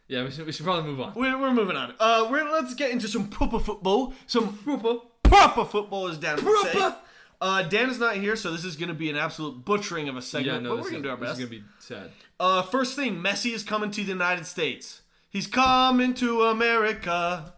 Speaker 1: Yeah, we should, we should probably move on.
Speaker 2: We're, we're moving on. Uh, we're let's get into some proper football. Some proper proper football is down.
Speaker 1: Proper.
Speaker 2: Uh, Dan is not here, so this is going to be an absolute butchering of a
Speaker 1: Yeah,
Speaker 2: segment.
Speaker 1: no, this,
Speaker 2: but we're
Speaker 1: is,
Speaker 2: going to do our
Speaker 1: this
Speaker 2: best.
Speaker 1: is gonna be sad.
Speaker 2: Uh, first thing, Messi is coming to the United States. He's coming to America.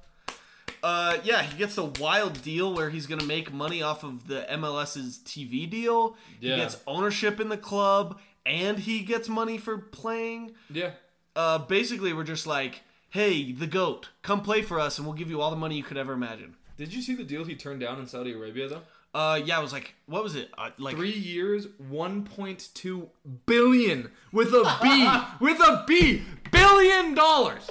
Speaker 2: Uh, yeah, he gets a wild deal where he's going to make money off of the MLS's TV deal.
Speaker 1: Yeah.
Speaker 2: He gets ownership in the club, and he gets money for playing
Speaker 1: Yeah.
Speaker 2: uh, basically we're just like, hey, the goat, come play for us, and we'll give you all the money you could ever imagine.
Speaker 1: Did you see the deal he turned down in Saudi Arabia though?
Speaker 2: Uh, yeah, I was like, what was it? Uh, like
Speaker 1: Three years, 1.2 billion with a B, with a B, billion dollars.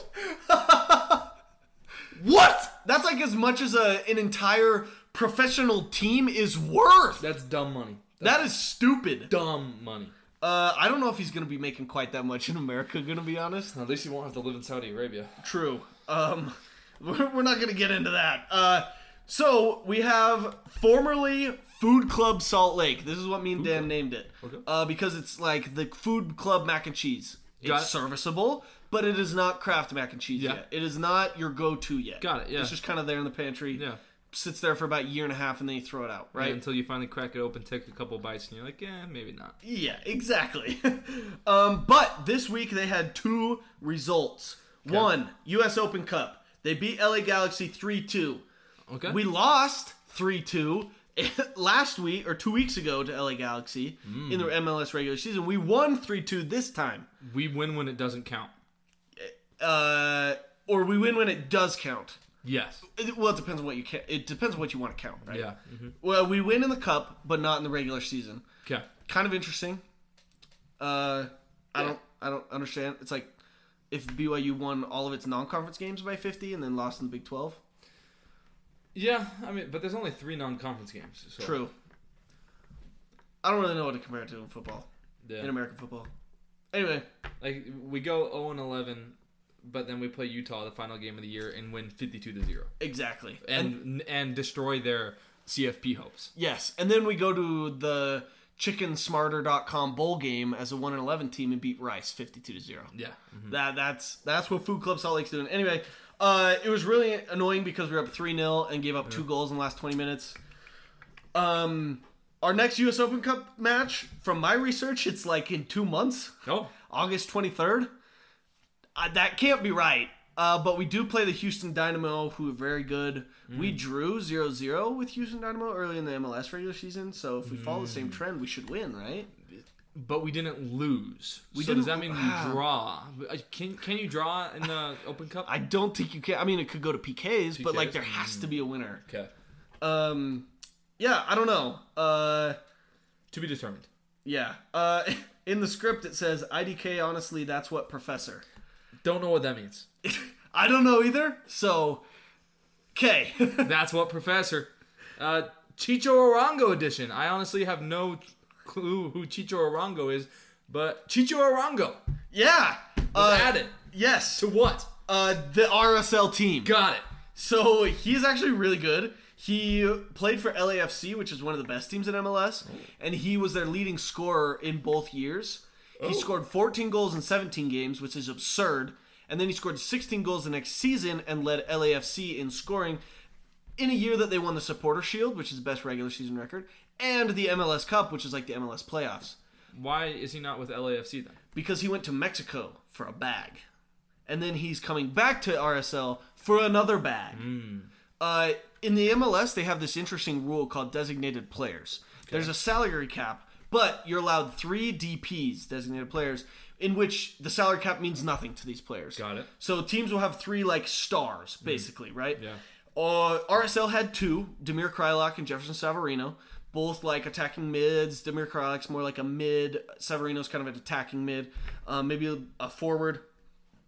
Speaker 2: what? That's like as much as a an entire professional team is worth.
Speaker 1: That's dumb money. That's
Speaker 2: that is stupid.
Speaker 1: dumb money.
Speaker 2: Uh, I don't know if he's gonna be making quite that much in America. Gonna be honest.
Speaker 1: At least you won't have to live in Saudi Arabia.
Speaker 2: True. Um, we're, we're not gonna get into that. Uh, so we have formerly Food Club Salt Lake. This is what me and Dan named it.
Speaker 1: Okay.
Speaker 2: Uh, because it's like the Food Club mac and cheese.
Speaker 1: Got
Speaker 2: it's
Speaker 1: it.
Speaker 2: serviceable, but it is not Kraft mac and cheese
Speaker 1: Yeah.
Speaker 2: yet. It is not your go-to yet.
Speaker 1: Got it, yeah.
Speaker 2: It's just kind of there in the pantry.
Speaker 1: Yeah.
Speaker 2: Sits there for about a year and a half, and then you throw it out. Right.
Speaker 1: Until you finally crack it open, take a couple bites, and you're like, yeah, maybe not.
Speaker 2: Yeah, exactly. um, but this week they had two results. One, U.S. Open Cup. They beat LA Galaxy 3 2.
Speaker 1: Okay.
Speaker 2: We lost 3 2 last week or two weeks ago to LA Galaxy in
Speaker 1: Hmm.
Speaker 2: the MLS regular season. We won 3 2 this time.
Speaker 1: we win when it doesn't count.
Speaker 2: Uh, or we win when it does count.
Speaker 1: Yes.
Speaker 2: It- well, it depends on what you ca- it depends on what you want to count, right?
Speaker 1: Yeah. Mm-hmm.
Speaker 2: Well, we win in the cup, but not in the regular season.
Speaker 1: Okay.
Speaker 2: kind of interesting. Uh, I don't I don't understand. It's like if BYU won all of its non-conference games by 50 and then lost in the Big 12.
Speaker 1: Yeah, I mean, but there's only three non-conference games. So.
Speaker 2: True. I don't really know what to compare it to in football,
Speaker 1: Yeah.
Speaker 2: in American football. Anyway,
Speaker 1: Like we go 0 and 11, but then we play Utah the final game of the year and win 52 to zero,
Speaker 2: exactly.
Speaker 1: and and, destroy their CFP hopes.
Speaker 2: yes, and then we go to the chickensmarter.com bowl game as a 1 and 11 team and beat Rice 52 to 0.
Speaker 1: Yeah.
Speaker 2: That that's that's what Food Club Salt Lake's doing. Anyway, uh, it was really annoying because we were up three 0 and gave up two goals in the last twenty minutes. Um, our next U.S. Open Cup match, from my research, it's like in two months,
Speaker 1: Oh.
Speaker 2: August twenty third. Uh, that can't be right. Uh, but we do play the Houston Dynamo, who are very good. We drew 0-0 with Houston Dynamo early in the MLS regular season, so if we follow the same trend, we should win, right?
Speaker 1: But we didn't lose. We so
Speaker 2: didn't-
Speaker 1: does
Speaker 2: Ah.
Speaker 1: that mean we draw? Uh, Can can you draw in the Open Cup?
Speaker 2: I don't think you can. I mean, it could go to PKs, but like
Speaker 1: PKs?
Speaker 2: there has to be a winner.
Speaker 1: okay.
Speaker 2: Um, yeah, I don't know. Uh,
Speaker 1: To be determined.
Speaker 2: yeah. Uh, in the script it says IDK. Honestly, that's what professor.
Speaker 1: Don't know what that means.
Speaker 2: I don't know either. So, okay.
Speaker 1: That's what Professor. Uh, Chicho Arango edition. I honestly have no clue who Chicho Arango is, but Chicho Arango
Speaker 2: yeah.
Speaker 1: was
Speaker 2: Uh,
Speaker 1: added
Speaker 2: yes.
Speaker 1: to what?
Speaker 2: Uh, the RSL team.
Speaker 1: Got it.
Speaker 2: So he's actually really good. He played for LAFC, which is one of the best teams in MLS, and he was their leading scorer in both years. He scored 14 goals in 17 games, which is absurd. And then he scored 16 goals the next season and led LAFC in scoring in a year that they won the Supporter Shield, which is the best regular season record, and the MLS Cup, which is like the MLS playoffs
Speaker 1: Why is he not with LAFC then?
Speaker 2: because he went to Mexico for a bag, and then he's coming back to RSL for another bag.
Speaker 1: Hmm.
Speaker 2: Uh, in the MLS, they have this interesting rule called designated players. There's a salary cap, but you're allowed three DPS, designated players, in which the salary cap means nothing to these players.
Speaker 1: Got it. Hmm.
Speaker 2: So teams will have three like stars, basically, right?
Speaker 1: Yeah.
Speaker 2: Uh, RSL had two, Demir Krylak and Jefferson Savarino, both like attacking mids. Demir Krylak's more like a mid. Savarino's kind of an attacking mid, uh, maybe a, a forward.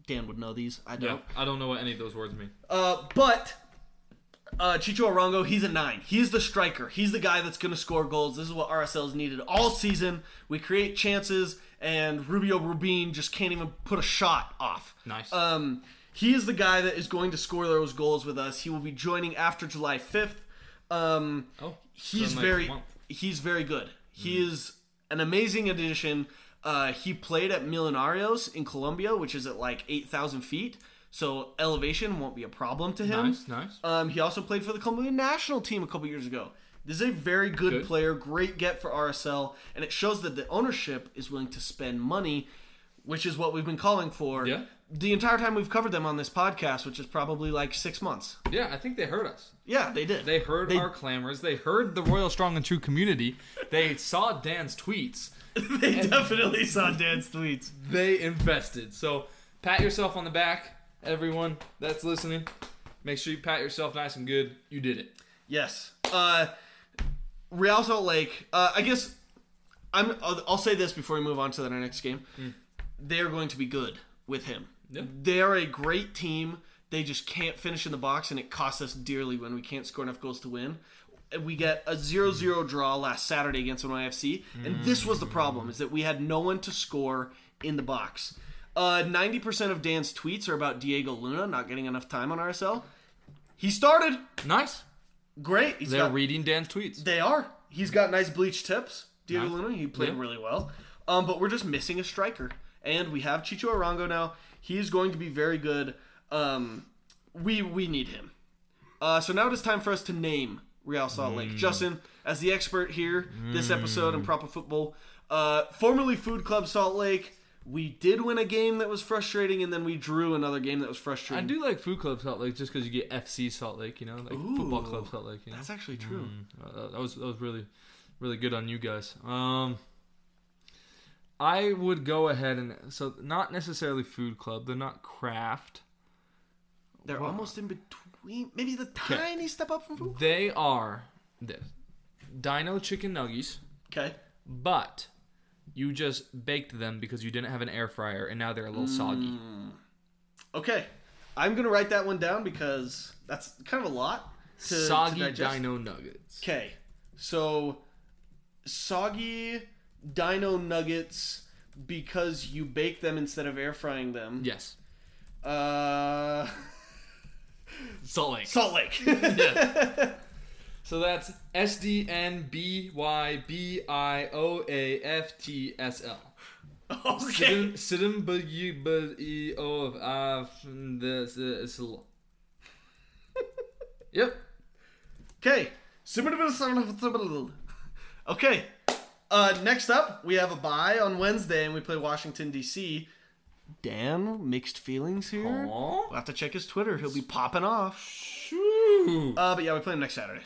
Speaker 2: Dan would know these. I don't.
Speaker 1: I don't know what any of those words mean.
Speaker 2: Uh, but uh, Chicho Arango, he's a nine. He's the striker. He's the guy that's going to score goals. This is what RSL's needed all season. We create chances, and Rubio Rubin just can't even put a shot off.
Speaker 1: Nice.
Speaker 2: Um, he is the guy that is going to score those goals with us. He will be joining after July 5th. Um,
Speaker 1: oh,
Speaker 2: he's
Speaker 1: so, like, Mm-hmm.
Speaker 2: very
Speaker 1: one-
Speaker 2: he's very good. He is an amazing addition. Uh, he played at Milenarios in Colombia, which is at like eight thousand feet, so elevation won't be a problem to him.
Speaker 1: nice, nice.
Speaker 2: Um, he also played for the Colombian national team a couple years ago. This is a very good,
Speaker 1: Good.
Speaker 2: player, great get for RSL, and it shows that the ownership is willing to spend money, which is what we've been calling for.
Speaker 1: Yeah.
Speaker 2: The entire time we've covered them on this podcast, which is probably like six months.
Speaker 1: yeah, I think they heard us.
Speaker 2: Yeah, they did.
Speaker 1: They heard our clamors. They heard the Royal Strong and True community. They saw Dan's tweets.
Speaker 2: they definitely saw Dan's tweets.
Speaker 1: They invested. So pat yourself on the back, everyone that's listening. Make sure you pat yourself nice and good. You did it.
Speaker 2: Yes. Uh, Real Salt Lake. Uh, I guess I'm. I'll, I'll say this before we move on to the next game. They are going to be good with him.
Speaker 1: Hmm. Yeah.
Speaker 2: They are a great team. They just can't finish in the box, and it costs us dearly when we can't score enough goals to win. And We get a
Speaker 1: Hmm.
Speaker 2: 0-0 draw last Saturday against NYFC, and this was the problem: is that we had no one to score in the box. Uh, Ninety percent of Dan's tweets are about Diego Luna not getting enough time on RSL. He started
Speaker 1: Nice.
Speaker 2: great. He's
Speaker 1: They're
Speaker 2: got-
Speaker 1: reading Dan's tweets.
Speaker 2: they are. He's got nice bleach tips. Diego
Speaker 1: Nice.
Speaker 2: Luna, he played
Speaker 1: Yeah.
Speaker 2: really well. Um, but we're just missing a striker. And we have Chicho Arango now. He is going to be very good. Um, we we need him. Uh, so now it is time for us to name Real Salt
Speaker 1: Mm.
Speaker 2: Lake. Justin, as the expert here, this episode in proper football, uh, formerly Food Club Salt Lake, we did win a game that was frustrating, and then we drew another game that was
Speaker 1: I
Speaker 2: frustrating.
Speaker 1: do like Food Club Salt Lake just because you get FC Salt Lake, you know, like Football Club Salt Lake. You know?
Speaker 2: That's actually true.
Speaker 1: Uh, that was that was really really good on you guys. Um, I would go ahead and so not necessarily food club. They're not craft.
Speaker 2: They're almost in between, maybe the tiny step up from Food
Speaker 1: They are this Dino chicken nuggies,
Speaker 2: Okay.
Speaker 1: but you just baked them because you didn't have an air fryer and now they're a little
Speaker 2: Mm,
Speaker 1: soggy.
Speaker 2: Okay. I'm gonna write that one down because that's kind of a lot to, to
Speaker 1: soggy
Speaker 2: digest.
Speaker 1: Dino nuggets.
Speaker 2: Okay. So soggy dino nuggets because you bake them instead of air frying them.
Speaker 1: Yes,
Speaker 2: Uh
Speaker 1: Salt Lake.
Speaker 2: Salt Lake.
Speaker 1: So that's S D N B Y B I O A F T S L.
Speaker 2: okay.
Speaker 1: Sidum but you but e o of uh the it's a e Yep.
Speaker 2: Okay. Okay. Uh, next up, we have a bye on Wednesday, and we play Washington D.C. Dan, mixed feelings here. We'll have to check his Twitter. He'll be popping off. Uh, but yeah, we play him next Saturday.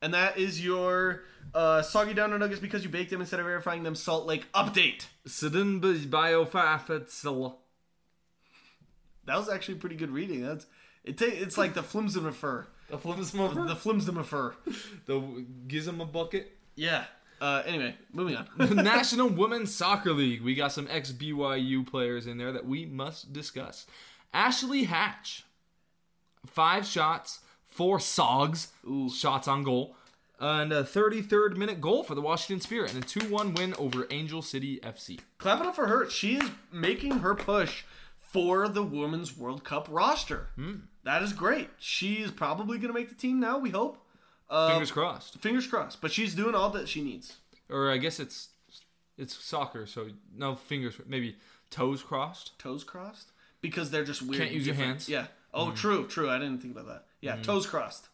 Speaker 2: And that is your uh, soggy down nuggets because you baked them instead of air frying them. Salt Lake update.
Speaker 1: Sidum but bio fafetzel.
Speaker 2: That was actually pretty good reading. That's it. Ta- it's like the flimsimafer.
Speaker 1: The flim smoker. The,
Speaker 2: The flimsimafer.
Speaker 1: the gizma bucket.
Speaker 2: Yeah. Uh, anyway, moving on.
Speaker 1: National Women's Soccer League. We got some ex BYU players in there that we must discuss. Ashley Hatch, five shots, four sogs, shots on goal, and a 33rd minute goal for the Washington Spirit, and a 2 1 win over Angel City FC.
Speaker 2: Clap it up for her. She is making her push for the Women's World Cup roster. That is great. She is probably going to make the team now, we hope.
Speaker 1: Fingers crossed.
Speaker 2: Fingers crossed. But she's doing all that she needs.
Speaker 1: Or I guess it's it's soccer, so no fingers, maybe toes crossed.
Speaker 2: Toes crossed? Because they're just weird.
Speaker 1: Can't
Speaker 2: and
Speaker 1: use your
Speaker 2: different.
Speaker 1: hands. Mm.
Speaker 2: Yeah. Oh, true, true. I didn't think about that. Yeah, toes crossed.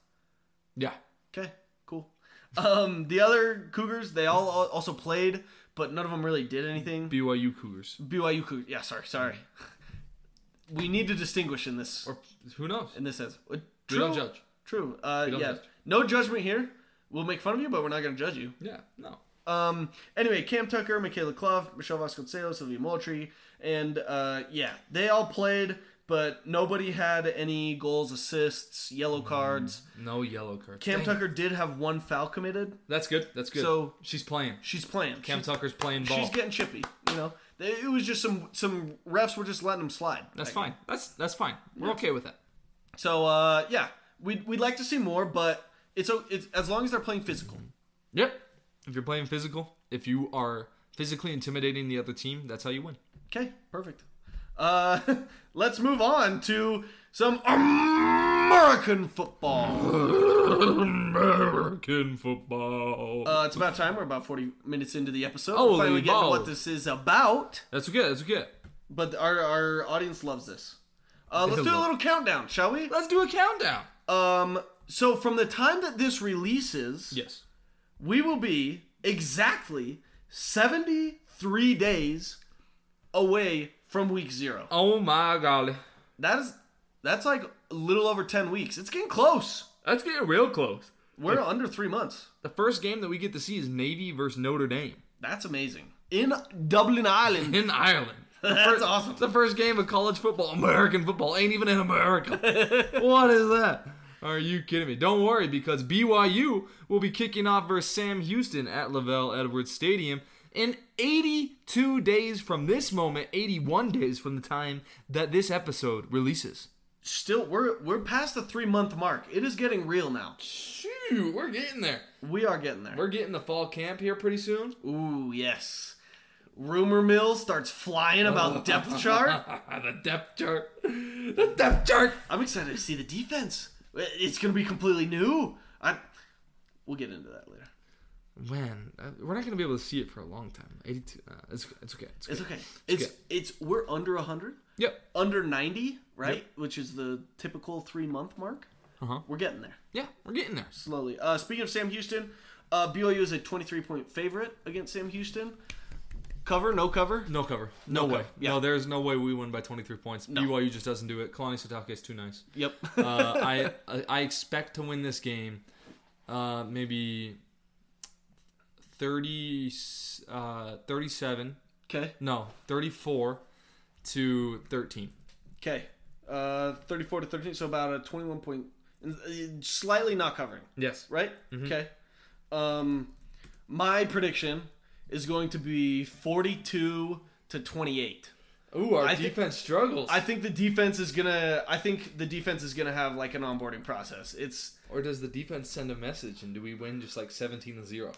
Speaker 1: Yeah.
Speaker 2: Okay, cool. Um, the other Cougars, they all al- also played, but none of them really did anything.
Speaker 1: BYU Cougars.
Speaker 2: BYU Cougars. Yeah, sorry, sorry. We need to distinguish in this
Speaker 1: Or who knows?
Speaker 2: in this sense. Uh,
Speaker 1: We
Speaker 2: True,
Speaker 1: don't judge.
Speaker 2: True. Uh,
Speaker 1: don't
Speaker 2: yeah.
Speaker 1: judge.
Speaker 2: No judgment here. We'll make fun of you, but we're not going to judge you.
Speaker 1: Yeah. No.
Speaker 2: Um, anyway, Cam Tucker, Michaela Clough, Michelle Vasconcelos, Sylvia Moultrie, and uh, yeah, they all played, but nobody had any goals, assists, yellow cards.
Speaker 1: No yellow card.
Speaker 2: Cam
Speaker 1: Mm. Dang.
Speaker 2: Tucker did have one foul committed.
Speaker 1: That's good. That's good.
Speaker 2: So-
Speaker 1: she's playing.
Speaker 2: She's playing.
Speaker 1: Cam
Speaker 2: She's-
Speaker 1: Tucker's playing ball.
Speaker 2: She's getting chippy, you know. They- It was just some some refs were just letting them slide.
Speaker 1: that's
Speaker 2: Like,
Speaker 1: fine. That's that's fine. We're okay with that.
Speaker 2: So uh, yeah, we'd, we'd like to see more, but it's, o- it's as long as they're playing physical.
Speaker 1: Yep. If you're playing physical, if you are physically intimidating the other team, that's how you win.
Speaker 2: Okay, perfect. Uh, let's move on to some American football.
Speaker 1: American football.
Speaker 2: Uh, it's about time. We're about forty minutes into the episode.
Speaker 1: Holy
Speaker 2: We're finally getting to
Speaker 1: balls.
Speaker 2: what this is about.
Speaker 1: that's okay. That's okay.
Speaker 2: But our our audience loves this. Uh, let's
Speaker 1: They
Speaker 2: do a
Speaker 1: love-
Speaker 2: little countdown, shall we?
Speaker 1: Let's do a countdown.
Speaker 2: Um, so from the time that this releases,
Speaker 1: Yes.
Speaker 2: we will be exactly 73 days away from week zero.
Speaker 1: Oh my golly.
Speaker 2: That is that's like a little over 10 weeks. It's getting close.
Speaker 1: That's getting real close.
Speaker 2: We're under three months.
Speaker 1: The first game that we get to see is Navy versus Notre Dame
Speaker 2: That's amazing. In Dublin, Ireland.
Speaker 1: in Ireland.
Speaker 2: That's awesome.
Speaker 1: The first game of college football, American football, ain't even in America. what is that? Are you kidding me? Don't worry because BYU will be kicking off versus Sam Houston at Lavelle Edwards Stadium in 82 days from this moment, 81 days from the time that this episode releases.
Speaker 2: Still, we're we're past the three month mark. It is getting real now.
Speaker 1: Shoot, we're getting there.
Speaker 2: We are getting there.
Speaker 1: We're getting the fall camp here pretty soon.
Speaker 2: Ooh, yes. Rumor mill starts flying about depth chart.
Speaker 1: the depth chart. The depth chart.
Speaker 2: I'm excited to see the defense. It's going to be completely new. I we'll get into that later.
Speaker 1: Man, uh, we're not going to be able to see it for a long time. 82. Uh, it's, it's okay. It's okay.
Speaker 2: It's okay. It's it's we're under 100,
Speaker 1: Yep.
Speaker 2: under 90, right? Which is the typical 3 month mark.
Speaker 1: Uh-huh.
Speaker 2: We're getting there
Speaker 1: Yeah, we're getting there.
Speaker 2: slowly. Uh, speaking of Sam Houston, uh, BYU is a 23 point favorite against Sam Houston. Cover, no cover.
Speaker 1: No cover. No, way.
Speaker 2: cover. Yeah.
Speaker 1: No, there's no way we win by 23 points. BYU just doesn't do it. Kalani Satake is too nice.
Speaker 2: Yep.
Speaker 1: Uh, I I- I expect to win this game. Uh, maybe 30, uh, 37.
Speaker 2: okay.
Speaker 1: No, 34 to 13.
Speaker 2: Okay. Uh, 34 to 13, so about a 21 point uh, slightly not covering.
Speaker 1: Yes.
Speaker 2: right? Okay. Um, my prediction is going to be 42 to 28.
Speaker 1: Ooh, our
Speaker 2: I thi-
Speaker 1: defense struggles.
Speaker 2: I think the defense is gonna. I think the defense is gonna have like an onboarding process. It's
Speaker 1: or does the defense send a message and do we win just like 17 to 0?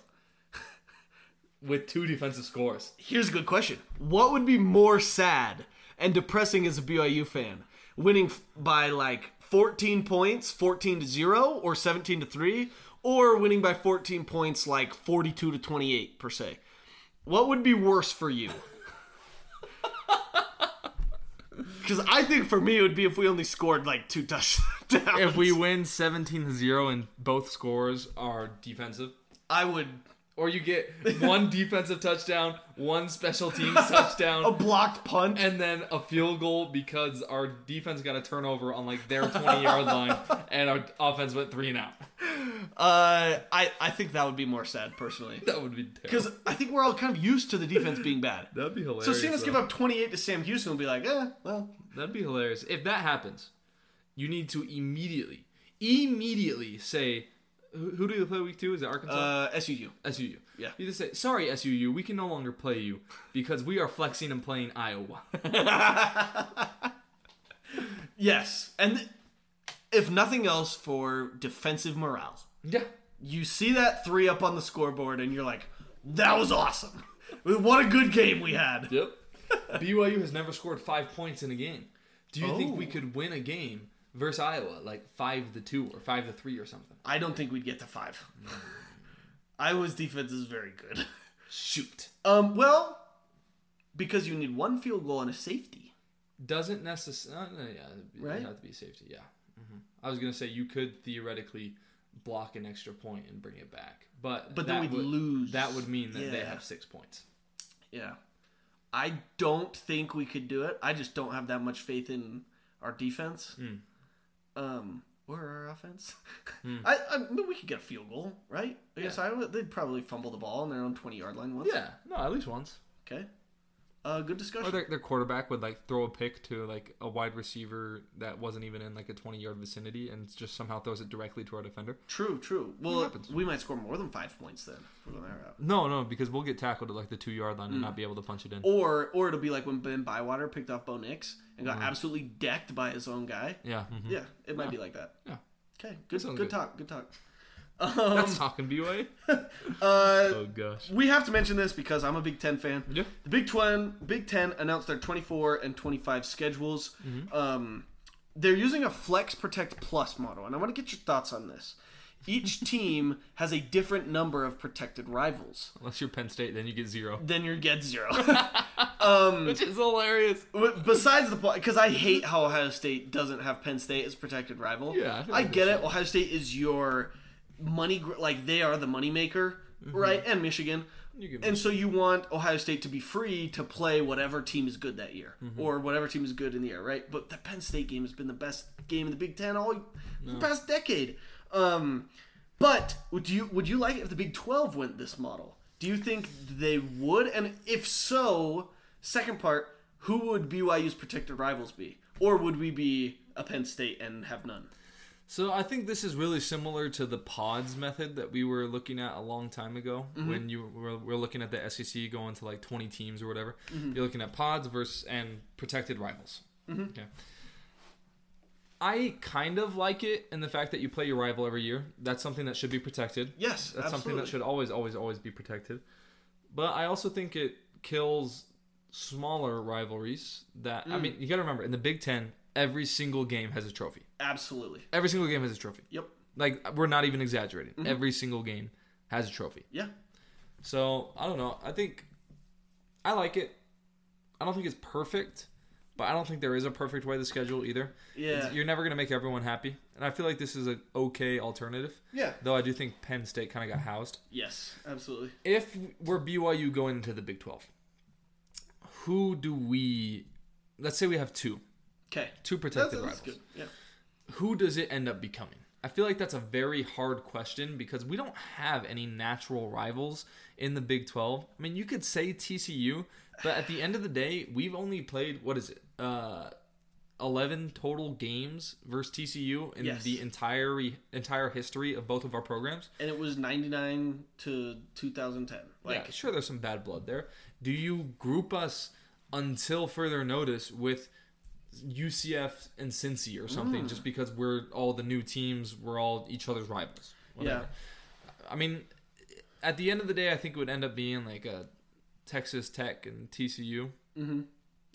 Speaker 1: With two defensive scores.
Speaker 2: here's a good question. What would be more sad and depressing as a BYU fan, winning f- by like 14 points, 14 to zero, or 17 to three, or winning by 14 points, like 42 to 28 per se? What would be worse for you? Because I think for me it would be if we only scored like two touchdowns.
Speaker 1: If we win 17 to 0 and both scores are defensive,
Speaker 2: I would
Speaker 1: or you get one defensive touchdown, one special teams touchdown,
Speaker 2: a blocked punt.
Speaker 1: and then a field goal because our defense got a turnover on like their 20 yard line and our offense went three and out.
Speaker 2: Uh, I I think that would be more sad personally.
Speaker 1: That would be terrible.
Speaker 2: Because I think we're all kind of used to the defense being bad.
Speaker 1: That'd be hilarious.
Speaker 2: So seeing us
Speaker 1: though.
Speaker 2: give up 28 to Sam Houston will be like, eh, well,
Speaker 1: That'd be hilarious. If that happens, you need to immediately, immediately say, who, who do you play week two? Is it Arkansas?
Speaker 2: uh, SUU.
Speaker 1: SUU.
Speaker 2: yeah.
Speaker 1: You just say, sorry, SUU, we can no longer play you because we are flexing and playing Iowa.
Speaker 2: Yes. And th- if nothing else for defensive morale,
Speaker 1: yeah.
Speaker 2: you see that three up on the scoreboard and you're like, that was awesome. What a good game we had.
Speaker 1: Yep. BYU has never scored five points in a game. Do you think we
Speaker 2: Oh.
Speaker 1: could win a game versus Iowa, like five to two or five to three or something?
Speaker 2: I don't think we'd get to five. Iowa's defense is very good.
Speaker 1: Shoot.
Speaker 2: Um, well, because you need one field goal and a safety.
Speaker 1: Doesn't necessarily. yeah,
Speaker 2: Right?
Speaker 1: right? have to be safety. Yeah. Mm-hmm. I was gonna say you could theoretically block an extra point and bring it back, but
Speaker 2: But then
Speaker 1: that
Speaker 2: we'd
Speaker 1: would-
Speaker 2: lose.
Speaker 1: That would mean that they
Speaker 2: Yeah.
Speaker 1: have six points.
Speaker 2: Yeah. I don't think we could do it. I just don't have that much faith in our defense.
Speaker 1: Hmm.
Speaker 2: Um, or our offense.
Speaker 1: Hmm.
Speaker 2: I, I mean, we could get a field goal, right? I guess Iowa, they'd probably fumble the ball on their own 20 yard line once.
Speaker 1: Yeah. No, at least once.
Speaker 2: Okay. Uh, good
Speaker 1: Or
Speaker 2: discussion.
Speaker 1: their, their quarterback would like throw a pick to like a wide receiver that wasn't even in like a 20 yard vicinity and just somehow throws it directly to our defender.
Speaker 2: True, true. Well,
Speaker 1: happens.
Speaker 2: we might score more than five points then. if we're going that route.
Speaker 1: No, no, because we'll get tackled at like the two yard line and not be able to punch it in.
Speaker 2: Or, or it'll be like when Ben Bywater picked off Bo Nix and got absolutely decked by his own guy.
Speaker 1: Hmm. Yeah. mhm.
Speaker 2: Yeah, it might be like that.
Speaker 1: Yeah.
Speaker 2: Okay, good, good,
Speaker 1: sounds good.
Speaker 2: talk, good talk.
Speaker 1: That's talking BYU.
Speaker 2: Uh,
Speaker 1: Oh gosh.
Speaker 2: we have to mention this because I'm a Big Ten fan.
Speaker 1: Yeah.
Speaker 2: The Big Ten, Big Ten announced their 24 and 25 schedules.
Speaker 1: Mm-hmm.
Speaker 2: Um, they're using a Flex Protect Plus model, and I want to get your thoughts on this. Each team has a different number of protected rivals.
Speaker 1: Unless you're Penn State, then you get zero,
Speaker 2: Then you get zero.
Speaker 1: which is hilarious.
Speaker 2: But besides the point, because I hate how Ohio State doesn't have Penn State as protected rival.
Speaker 1: Yeah, I
Speaker 2: I, get it. Ohio State is your money, gr- like they are the moneymaker,
Speaker 1: Mm-hmm.
Speaker 2: right? And Michigan.
Speaker 1: give
Speaker 2: And so you want Ohio State to be free to play whatever team is good that year,
Speaker 1: Mm-hmm.
Speaker 2: or whatever team is good in the year, right? But the Penn State game has been the best game in the Big Ten all the past decade. Um, but would you would you like it if the Big Twelve went this model? Do you think they would? And if so, second part, who would BYU's protected rivals be, or would we be a Penn State and have none?
Speaker 1: So I think this is really similar to the pods method that we were looking at a long time ago when you were, were looking at the SEC going to like 20 teams or whatever. You're looking at pods versus and protected rivals. Okay. I kind of like it in the fact that you play your rival every year. That's something that should be protected.
Speaker 2: Yes,
Speaker 1: That's something
Speaker 2: absolutely.
Speaker 1: that should always, always, always be protected. But I also think it kills smaller rivalries that, I
Speaker 2: Mm.
Speaker 1: mean, you got to remember, in the Big Ten, every single game has a trophy.
Speaker 2: Absolutely.
Speaker 1: Every single game has a trophy.
Speaker 2: Yep.
Speaker 1: Like we're not even exaggerating.
Speaker 2: Mm-hmm.
Speaker 1: Every single game has a trophy.
Speaker 2: Yeah.
Speaker 1: So I don't know. I think I like it. I don't think it's perfect, but I don't think there is a perfect way to schedule either.
Speaker 2: Yeah.
Speaker 1: It's- you're never gonna make everyone happy, and I feel like this is an okay alternative.
Speaker 2: Yeah.
Speaker 1: Though I do think Penn State kind of got housed.
Speaker 2: Yes. Absolutely.
Speaker 1: If we're BYU going into the Big Twelve, who do we? Let's say we have two,
Speaker 2: Okay.
Speaker 1: two protected rivals.
Speaker 2: good. Yeah.
Speaker 1: who does it end up becoming? I feel like that's a very hard question because we don't have any natural rivals in the Big 12. I mean, you could say TCU, but at the end of the day, we've only played, what is it, uh, 11 total games versus TCU in
Speaker 2: Yes.
Speaker 1: the entire, entire history of both of our programs.
Speaker 2: And it was 99 to 2010. Like,
Speaker 1: yeah, sure, there's some bad blood there. Do you group us until further notice with UCF and Cincy or
Speaker 2: Hmm.
Speaker 1: something, just because we're all the new teams, we're all each other's rivals?
Speaker 2: yeah.
Speaker 1: I mean, at the end of the day, I think it would end up being like a Texas Tech and TCU,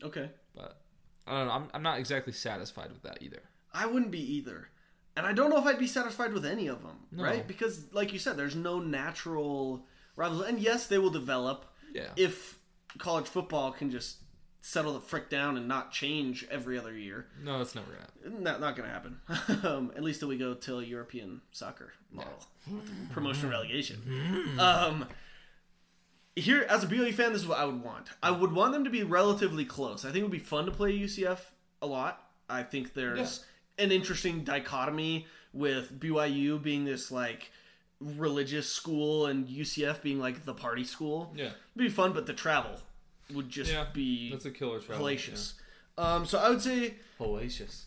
Speaker 2: Okay.
Speaker 1: but I don't know. I'm, I'm not exactly satisfied with that either.
Speaker 2: I wouldn't be either. And I don't know if I'd be satisfied with any of them,
Speaker 1: No.
Speaker 2: right? Because, like you said, there's no natural rivals. And yes, they will develop
Speaker 1: Yeah.
Speaker 2: if college football can just settle the frick down and not change every other year.
Speaker 1: No, that's never gonna happen.
Speaker 2: Not, not going to happen. um, at least till we go till European soccer model. Promotion and relegation. um, here, as a BYU fan, this is what I would want. I would want them to be relatively close. I think it would be fun to play UCF a lot. I think there's an interesting dichotomy with BYU being this like religious school and UCF being like the party school.
Speaker 1: Yeah.
Speaker 2: It'd be fun, but the travel would just
Speaker 1: Yeah,
Speaker 2: be
Speaker 1: That's a killer travel.
Speaker 2: hellacious. Um, so I would say
Speaker 1: Yeah. Hellacious.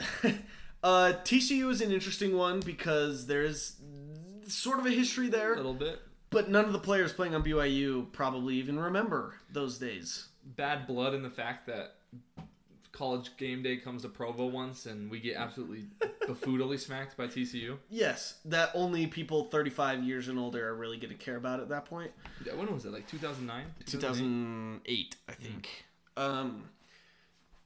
Speaker 2: uh, TCU is an interesting one because there's sort of a history
Speaker 1: a
Speaker 2: there,
Speaker 1: little bit.
Speaker 2: but none of the players playing on BYU probably even remember those days.
Speaker 1: bad blood in the fact that college game day comes to Provo once and we get absolutely befoodily smacked by TCU.
Speaker 2: Yes, that only people 35 years and older are really going to care about at that point.
Speaker 1: Yeah, When was it? Like 2009?
Speaker 2: 2008, I think. Mm-hmm. um,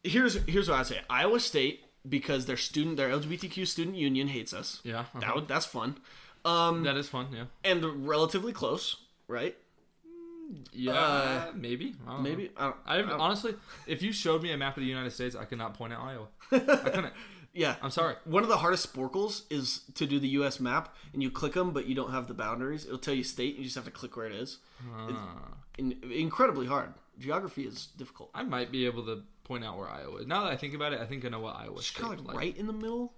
Speaker 2: here's here's what I say. Iowa State because their student, their LGBTQ student union hates us.
Speaker 1: Yeah, uh-huh.
Speaker 2: that would, that's fun. Um,
Speaker 1: That is fun. Yeah.
Speaker 2: and relatively close, right?
Speaker 1: Yeah.
Speaker 2: Uh,
Speaker 1: maybe. I don't know.
Speaker 2: Maybe Oh. I, don't,
Speaker 1: I
Speaker 2: don't-
Speaker 1: honestly, if you showed me a map of the United States, I could not point out Iowa. I couldn't.
Speaker 2: yeah.
Speaker 1: I'm sorry.
Speaker 2: One of the hardest sporkles is to do the U.S. map, and you click them, but you don't have the boundaries. It'll tell you state, and you just have to click where it is. It's
Speaker 1: Ah.
Speaker 2: in, incredibly hard. Geography is difficult.
Speaker 1: I might be able to point out where Iowa is. Now that I think about it, I think I know what Iowa is.
Speaker 2: It's kind of like right in the middle.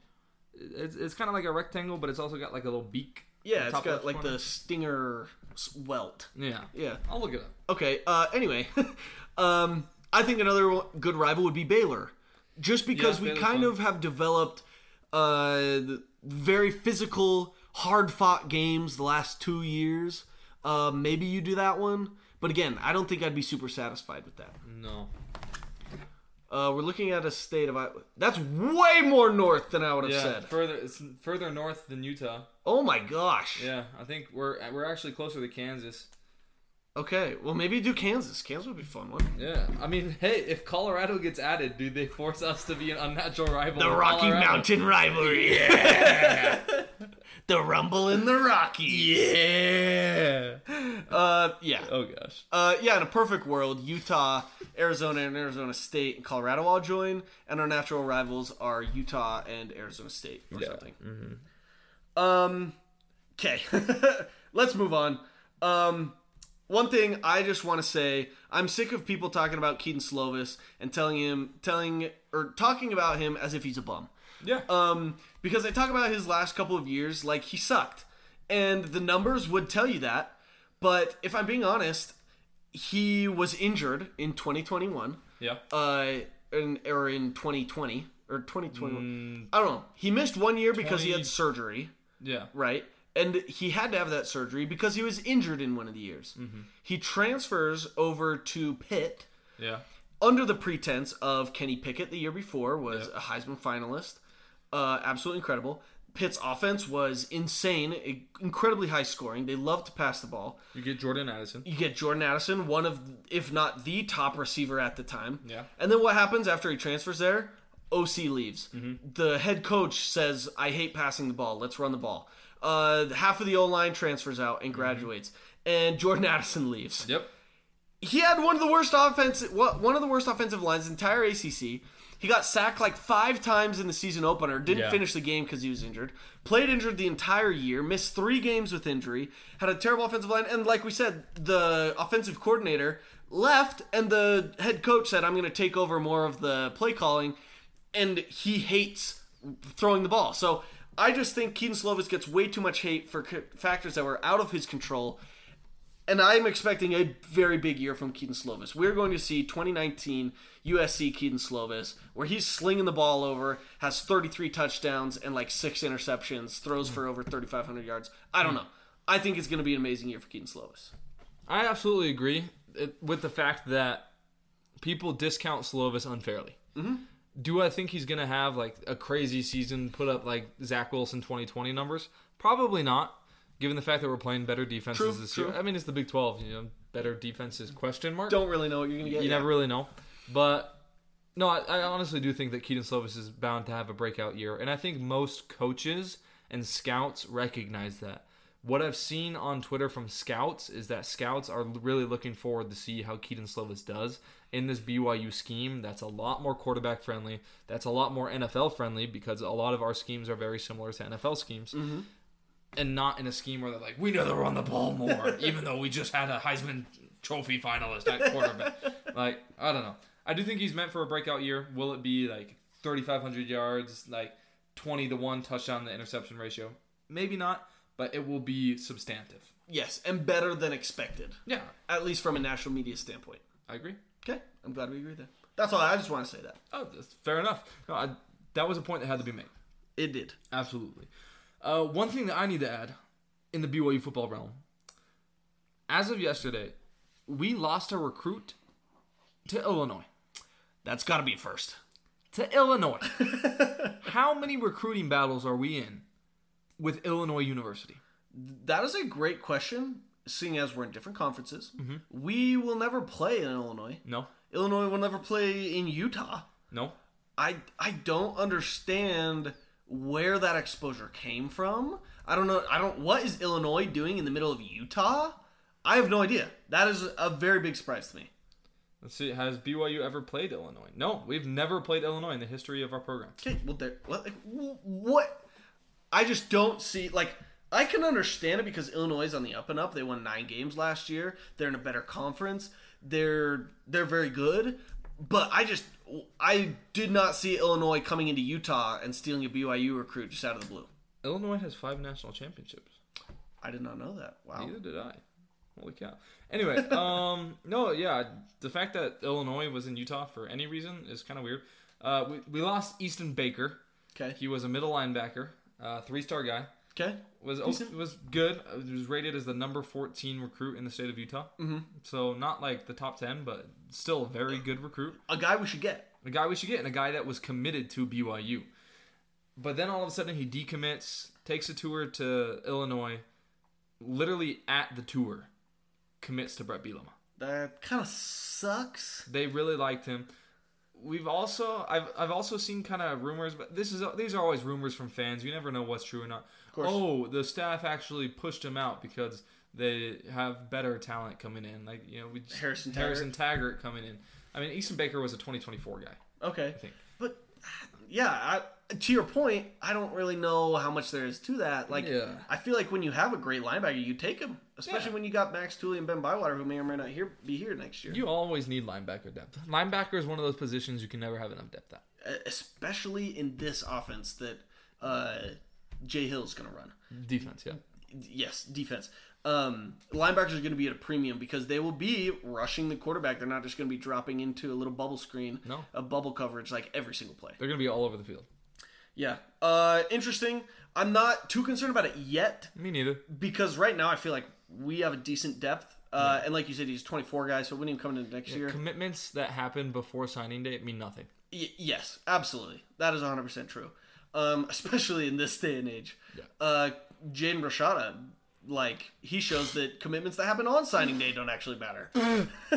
Speaker 1: It's, it's kind of like a rectangle, but it's also got like a little beak.
Speaker 2: Yeah,
Speaker 1: on
Speaker 2: it's
Speaker 1: top
Speaker 2: got
Speaker 1: left
Speaker 2: like
Speaker 1: corner.
Speaker 2: the stinger s- welt.
Speaker 1: Yeah.
Speaker 2: Yeah.
Speaker 1: I'll look it up.
Speaker 2: Okay. Uh, anyway, um, I think another one- good rival would be Baylor, just because
Speaker 1: Yeah,
Speaker 2: we
Speaker 1: Baylor's
Speaker 2: kind
Speaker 1: fun.
Speaker 2: of have developed uh, the very physical, hard-fought games the last two years. Uh, maybe you do that one, but again, I don't think I'd be super satisfied with that.
Speaker 1: No.
Speaker 2: Uh, we're looking at a state of Iowa. That's way more north than I would have
Speaker 1: Yeah.
Speaker 2: said.
Speaker 1: Further, it's further north than Utah.
Speaker 2: Oh my gosh.
Speaker 1: Yeah. I think we're we're actually closer to Kansas.
Speaker 2: Okay. Well, maybe do Kansas. Kansas would be a fun one.
Speaker 1: Yeah. I mean, hey, if Colorado gets added, do they force us to be an unnatural rival?
Speaker 2: The
Speaker 1: with
Speaker 2: Rocky
Speaker 1: Colorado?
Speaker 2: Mountain rivalry. Yeah. the Rumble in the Rocky.
Speaker 1: Yeah.
Speaker 2: Uh, yeah.
Speaker 1: Oh gosh.
Speaker 2: Uh, yeah, in a perfect world, Utah, Arizona, and Arizona State and Colorado all join, and our natural rivals are Utah and Arizona State or something. Um, okay. Let's move on. Um, one thing I just want to say, I'm sick of people talking about Keaton Slovis and telling him, telling or talking about him as if he's a bum
Speaker 1: Yeah.
Speaker 2: um, because they talk about his last couple of years like he sucked, and the numbers would tell you that. But if I'm being honest, he was injured in 2021,
Speaker 1: yeah.
Speaker 2: uh, in, or in 2020 or 2021. I don't know. He missed one year because he had
Speaker 1: 20
Speaker 2: surgery,
Speaker 1: Yeah.
Speaker 2: right? And he had to have that surgery because he was injured in one of the years. He transfers over to Pitt
Speaker 1: Yeah.
Speaker 2: under the pretense of Kenny Pickett the year before was a Heisman finalist. Uh, absolutely incredible. Pitt's offense was insane, i- incredibly high scoring. They love to pass the ball.
Speaker 1: You get Jordan Addison.
Speaker 2: You get Jordan Addison, one of, if not the top receiver at the time.
Speaker 1: Yeah.
Speaker 2: And then what happens after he transfers there? OC leaves. The head coach says, I hate passing the ball. Let's run the ball. Uh, half of the O line transfers out and graduates. And Jordan Addison leaves
Speaker 1: Yep.
Speaker 2: he had one of the worst offense one one of the worst offensive lines in the entire ACC. He got sacked like five times in the season opener. Didn't
Speaker 1: Yeah.
Speaker 2: finish the game because he was injured. Played injured the entire year. Missed three games with injury. Had a terrible offensive line. And like we said, the offensive coordinator left, and the head coach said, "I'm going to take over more of the play calling." And he hates throwing the ball. So I just think Keaton Slovis gets way too much hate for c- factors that were out of his control and I'm expecting a very big year from Keaton Slovis. We're going to see 2019 USC Keaton Slovis, where he's slinging the ball over, has 33 touchdowns and like six interceptions, throws for over 3,500 yards. I don't know. I think it's going to be an amazing year for Keaton Slovis.
Speaker 1: I absolutely agree it- with the fact that people discount Slovis unfairly.
Speaker 2: Mm-hmm.
Speaker 1: Do I think he's going to have like a crazy season, put up like Zach Wilson 2020 numbers? Probably not, given the fact that we're playing better defenses
Speaker 2: True,
Speaker 1: this
Speaker 2: true.
Speaker 1: year. I mean, it's the Big 12, you know, better defenses question mark.
Speaker 2: Don't really know what you're going to get.
Speaker 1: you
Speaker 2: yet.
Speaker 1: never really know. But no, I, I honestly do think that Keaton Slovis is bound to have a breakout year, and I think most coaches and scouts recognize that. What I've seen on Twitter from scouts is that scouts are really looking forward to see how Keaton Slovis does in this BYU scheme. That's a lot more quarterback friendly. That's a lot more NFL friendly because a lot of our schemes are very similar to NFL schemes and not in a scheme where they're like, we know to run the ball more, even though we just had a Heisman Trophy finalist at quarterback. like, I don't know. I do think he's meant for a breakout year. Will it be like 3,500 yards, like 20 to 1 touchdown to interception ratio? Maybe not, but it will be substantive.
Speaker 2: Yes, and better than expected,
Speaker 1: Yeah,
Speaker 2: at least from a national media standpoint.
Speaker 1: I agree.
Speaker 2: Okay, I'm glad we agree there. That's all. I just want to say that.
Speaker 1: Oh, that's fair enough. No, I, that was a point that had to be made.
Speaker 2: It did.
Speaker 1: Absolutely. Uh, one thing that I need to add in the BYU football realm as of yesterday, we lost a recruit to Illinois.
Speaker 2: That's got to be first.
Speaker 1: To Illinois. How many recruiting battles are we in with Illinois University?
Speaker 2: That is a great question, seeing as we're in different conferences. We will never play in Illinois.
Speaker 1: No.
Speaker 2: Illinois will never play in Utah.
Speaker 1: No.
Speaker 2: I I don't understand where that exposure came from. I don't know. I don't. What is Illinois doing in the middle of Utah? I have no idea. That is a very big surprise to me.
Speaker 1: Let's see. Has BYU ever played Illinois? No, we've never played Illinois in the history of our program.
Speaker 2: Okay, well, there. What, like, wh- what? I just don't see. Like, I can understand it because Illinois is on the up and up. They won nine games last year. They're in a better conference. They're they're very good. But I just I did not see Illinois coming into Utah and stealing a BYU recruit just out of the blue.
Speaker 1: Illinois has five national championships.
Speaker 2: I did not know that. Wow.
Speaker 1: Neither did I. Holy cow. Anyway, um, no, yeah, the fact that Illinois was in Utah for any reason is kind of weird. Uh, we, we lost Easton Baker.
Speaker 2: Okay.
Speaker 1: He was a middle linebacker, uh, three star guy.
Speaker 2: Okay.
Speaker 1: Was o- was good. Uh, was rated as the number fourteen recruit in the state of Utah. Mm-hmm. So not like the top ten, but still a very good recruit.
Speaker 2: A guy we should get.
Speaker 1: A guy we should get, and a guy that was committed to BYU. But then all of a sudden he decommits, takes a tour to Illinois, literally at the tour, commits to Brett Bielema.
Speaker 2: That kind of sucks.
Speaker 1: They really liked him. We've also I've I've also seen kind of rumors, but this is these are always rumors from fans. You never know what's true or not.
Speaker 2: course.
Speaker 1: Oh, the staff actually pushed him out because they have better talent coming in. Like you know, we just,
Speaker 2: Harrison
Speaker 1: Harrison Taggart coming in. I mean, Easton Baker was a 2024 guy.
Speaker 2: Okay.
Speaker 1: think.
Speaker 2: But yeah, I, to your point, I don't really know how much there is to that. Like,
Speaker 1: Yeah.
Speaker 2: I feel like when you have a great linebacker, you take him, especially
Speaker 1: Yeah.
Speaker 2: when you got Max Tooley and Ben Bywater, who may or may not here, be here next year.
Speaker 1: You always need linebacker depth. Linebacker is one of those positions you can never have enough depth at.
Speaker 2: E, especially in this offense that uh, Jay Hill's going to run.
Speaker 1: Defense, yeah.
Speaker 2: yes, defense. Um, linebackers are going to be at a premium because they will be rushing the quarterback. They're not just going to be dropping into a little bubble screen,
Speaker 1: No.
Speaker 2: a bubble coverage like every single play.
Speaker 1: They're gonna be all over the field.
Speaker 2: Yeah, uh, interesting. I'm not too concerned about it yet
Speaker 1: Me neither.
Speaker 2: because right now I feel like we have a decent depth. Uh, And like you said, he's 24 guys, so when he coming into next year,
Speaker 1: Commitments that happen before signing date mean nothing.
Speaker 2: Y- yes, absolutely. That is 100% true. Um, especially in this day and age. Uh, Jaden Rashada, like, he shows that commitments that happen on signing day don't actually matter.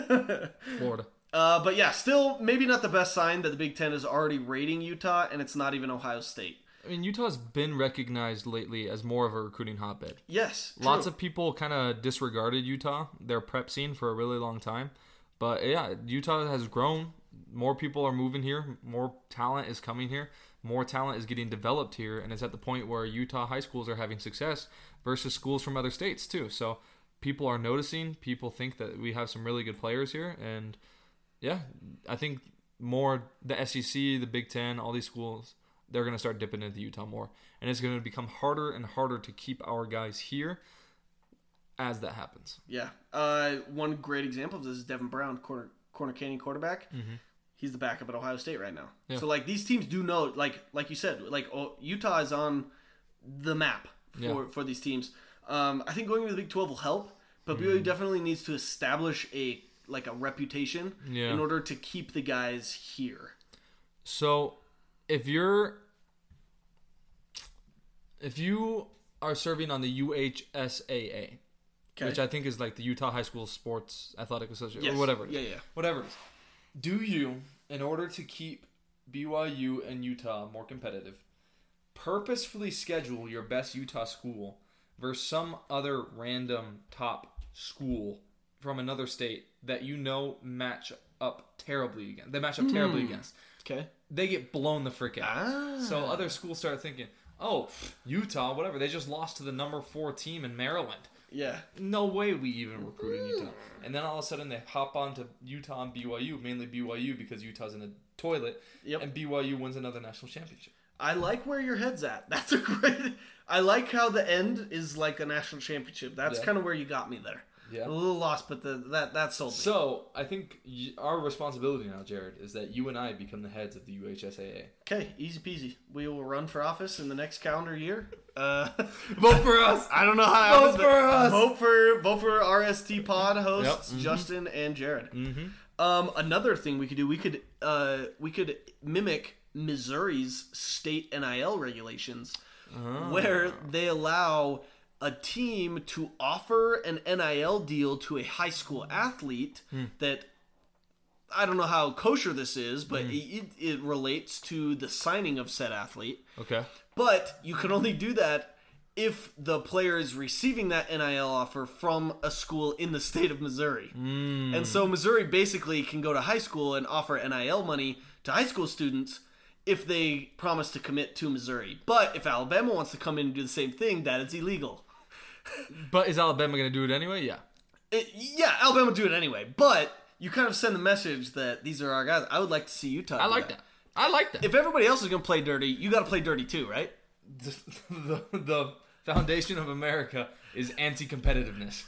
Speaker 1: Florida.
Speaker 2: uh, but yeah, still, maybe not the best sign that the Big Ten is already rating Utah and it's not even Ohio State.
Speaker 1: I mean, Utah's been recognized lately as more of a recruiting hotbed.
Speaker 2: Yes.
Speaker 1: Lots
Speaker 2: true.
Speaker 1: of people kind of disregarded Utah, their prep scene for a really long time. But yeah, Utah has grown. More people are moving here. More talent is coming here. More talent is getting developed here. And it's at the point where Utah high schools are having success versus schools from other states, too. So people are noticing. People think that we have some really good players here. And yeah, I think more the SEC, the Big Ten, all these schools, they're going to start dipping into Utah more. And it's going to become harder and harder to keep our guys here as that happens.
Speaker 2: Yeah. Uh, one great example of this is Devin Brown, corner corner canyon quarterback.
Speaker 1: Mm-hmm.
Speaker 2: He's the backup at Ohio State right now. So like these teams do know, like like you said, like oh, Utah is on the map for
Speaker 1: Yeah.
Speaker 2: for these teams. Um, I think going to the Big Twelve will help, but
Speaker 1: Mm-hmm.
Speaker 2: BYU definitely needs to establish a like a reputation
Speaker 1: Yeah.
Speaker 2: in order to keep the guys here.
Speaker 1: So if you're if you are serving on the UHSAA,
Speaker 2: Okay.
Speaker 1: which I think is like the Utah High School Sports Athletic Association
Speaker 2: Yes.
Speaker 1: or whatever. it is.
Speaker 2: Yeah, yeah.
Speaker 1: Whatever it is. Do you, in order to keep BYU and Utah more competitive, purposefully schedule your best Utah school versus some other random top school from another state that you know match up terribly against? They match up terribly
Speaker 2: Hmm.
Speaker 1: against
Speaker 2: Okay.
Speaker 1: they get blown the frick out.
Speaker 2: Ah.
Speaker 1: So other schools start thinking, oh, Utah, whatever. They just lost to the number four team in Maryland.
Speaker 2: Yeah.
Speaker 1: No way we even recruited Utah. And then all of a sudden they hop onto Utah and BYU, mainly BYU because Utah's in the toilet.
Speaker 2: Yep.
Speaker 1: And BYU wins another national championship.
Speaker 2: I like where your head's at. That's a great. I like how the end is like a national championship. That's
Speaker 1: Yeah.
Speaker 2: kind of where you got me there.
Speaker 1: Yeah.
Speaker 2: a little lost, but the, that that sold me.
Speaker 1: So I think y- our responsibility now, Jared, is that you and I become the heads of the UHSAA.
Speaker 2: Okay, easy peasy. We will run for office in the next calendar year. Uh,
Speaker 1: Vote for us!
Speaker 2: I don't know how.
Speaker 1: Vote
Speaker 2: it happens,
Speaker 1: for
Speaker 2: but
Speaker 1: us!
Speaker 2: Vote for vote for RST Pod hosts
Speaker 1: Yep. Mhm.
Speaker 2: Justin and Jared. Um, another thing we could do we could uh we could mimic Missouri's state NIL regulations, where they allow a team to offer an NIL deal to a high school athlete that I don't know how kosher this is, but it, it, it relates to the signing of said athlete.
Speaker 1: Okay.
Speaker 2: But you can only do that if the player is receiving that NIL offer from a school in the state of Missouri.
Speaker 1: Hmm.
Speaker 2: And so Missouri basically can go to high school and offer NIL money to high school students if they promise to commit to Missouri. But if Alabama wants to come in and do the same thing, that is illegal.
Speaker 1: But is Alabama going to do it anyway? Yeah.
Speaker 2: It- yeah, Alabama do it anyway, but you kind of send the message that these are our guys. I would like to see Utah.
Speaker 1: I like that. I like that.
Speaker 2: If everybody else is going to play dirty, you got to play dirty too, right?
Speaker 1: the, the foundation of America is anti-competitiveness.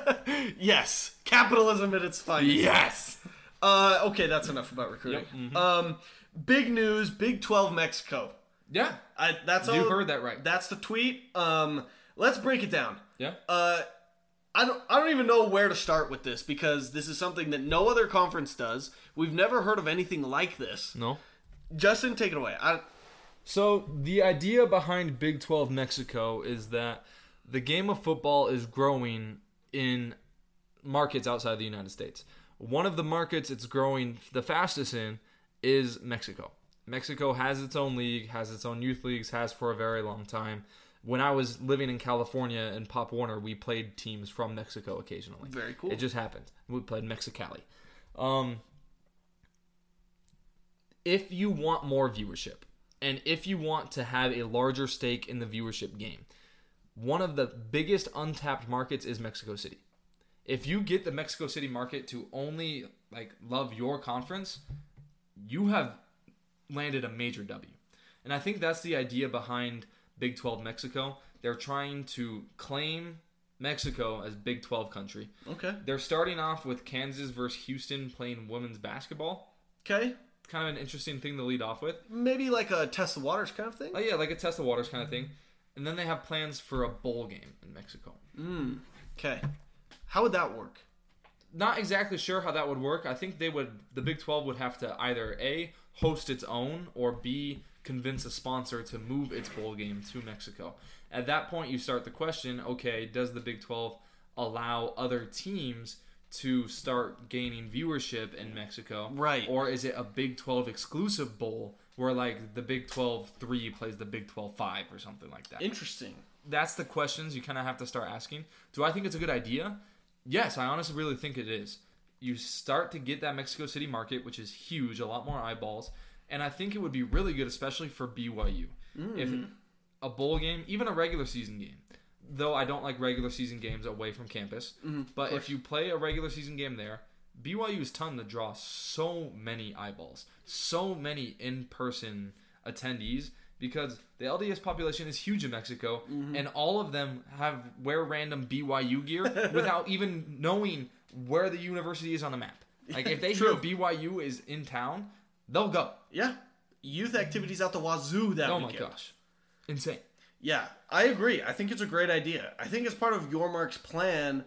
Speaker 2: Yes, capitalism at its finest.
Speaker 1: yes. mm-hmm.
Speaker 2: Uh, okay, that's enough about recruiting. Um, big news: Big Twelve Mexico.
Speaker 1: Yeah.
Speaker 2: I, that's all.
Speaker 1: You heard that right.
Speaker 2: That's the tweet. Um, let's break it down.
Speaker 1: Yeah.
Speaker 2: Uh, I don't. I don't even know where to start with this because this is something that no other conference does. We've never heard of anything like this.
Speaker 1: no.
Speaker 2: Justin, take it away. I,
Speaker 1: So the idea behind Big 12 Mexico is that the game of football is growing in markets outside the United States. One of the markets it's growing the fastest in is Mexico. Mexico has its own league, has its own youth leagues, has for a very long time. When I was living in California in Pop Warner, we played teams from Mexico occasionally.
Speaker 2: Very cool.
Speaker 1: It just happened. We played Mexicali. Um, if you want more viewership and if you want to have a larger stake in the viewership game, one of the biggest untapped markets is Mexico City. If you get the Mexico City market to only like love your conference, you have landed a major W. And I think that's the idea behind Big 12 Mexico. They're trying to claim Mexico as Big 12 country.
Speaker 2: okay.
Speaker 1: They're starting off with Kansas versus Houston playing women's basketball.
Speaker 2: Okay.
Speaker 1: Kind of an interesting thing to lead off with.
Speaker 2: Maybe like a test the waters kind of thing.
Speaker 1: Oh yeah, like a test the waters kind of thing. And then they have plans for a bowl game in Mexico.
Speaker 2: Okay. How would that work?
Speaker 1: Not exactly sure how that would work. I think they would the Big 12 would have to either A host its own or B convince a sponsor to move its bowl game to Mexico. At that point you start the question, okay, does the Big 12 allow other teams to start gaining viewership in Mexico?
Speaker 2: Right.
Speaker 1: Or is it a Big 12 exclusive bowl where like the Big 12 3 plays the Big 12 5 or something like that?
Speaker 2: Interesting.
Speaker 1: that's the questions you kind of have to start asking. Do I think it's a good idea? Yes, I honestly really think it is. You start to get that Mexico City market, which is huge, a lot more eyeballs, and I think it would be really good, especially for BYU. If a bowl game, even a regular season game, though I don't like regular season games away from campus, but if you play a regular season game there, BYU is ton to draw so many eyeballs, so many in person attendees because the LDS population is huge in Mexico, and all of them have wear random BYU gear without even knowing where the university is on the map. Like if they hear
Speaker 2: True.
Speaker 1: BYU is in town, they'll go.
Speaker 2: Yeah. Youth activities out the wazoo that
Speaker 1: Oh my
Speaker 2: weekend.
Speaker 1: gosh, insane.
Speaker 2: Yeah, I agree. I think it's a great idea. I think as part of Yormark's plan,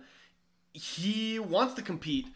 Speaker 2: he wants to compete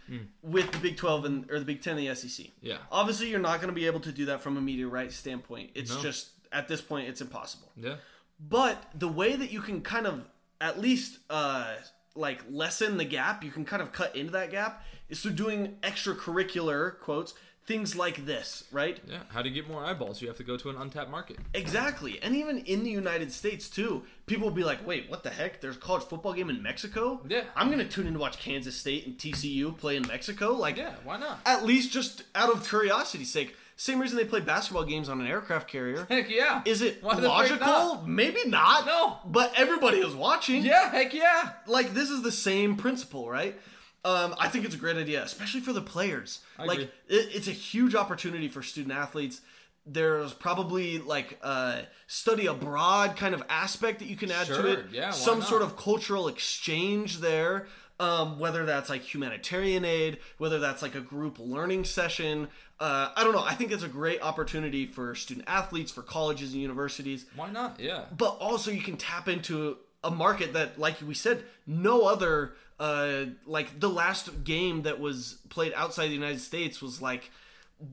Speaker 2: with the Big 12 and or the Big 10 and the SEC.
Speaker 1: Hmm. Yeah.
Speaker 2: Obviously, you're not going to be able to do that from a media rights standpoint. It's
Speaker 1: No.
Speaker 2: just at this point it's impossible.
Speaker 1: Yeah,
Speaker 2: But the way that you can kind of at least uh like lessen the gap, you can kind of cut into that gap is through doing extracurricular quotes things like this, right?
Speaker 1: yeah. How do you get more eyeballs? You have to go to an untapped market.
Speaker 2: Exactly. And even in the United States, too, people will be like, wait, what the heck? There's a college football game in Mexico?
Speaker 1: Yeah.
Speaker 2: I'm going to tune in to watch Kansas State and TCU play in Mexico. Like,
Speaker 1: Yeah, why not?
Speaker 2: at least just out of curiosity's sake. Same reason they play basketball games on an aircraft carrier.
Speaker 1: Heck yeah.
Speaker 2: Is it
Speaker 1: Why the frick
Speaker 2: logical?
Speaker 1: not?
Speaker 2: Maybe not.
Speaker 1: No.
Speaker 2: But everybody is watching
Speaker 1: Yeah, heck yeah.
Speaker 2: like this is the same principle, right? Um, I think it's a great idea, especially for the players. like
Speaker 1: agree.
Speaker 2: It, it's a huge opportunity for student athletes. There's probably like a study abroad kind of aspect that you can add
Speaker 1: Sure,
Speaker 2: to it.
Speaker 1: yeah, why
Speaker 2: Some sort
Speaker 1: not?
Speaker 2: of cultural exchange there. Um, whether that's like humanitarian aid, whether that's like a group learning session, uh, I don't know. I think it's a great opportunity for student athletes, for colleges and universities
Speaker 1: Why not? Yeah.
Speaker 2: but also you can tap into a market that like we said no other uh like the last game that was played outside the united states was like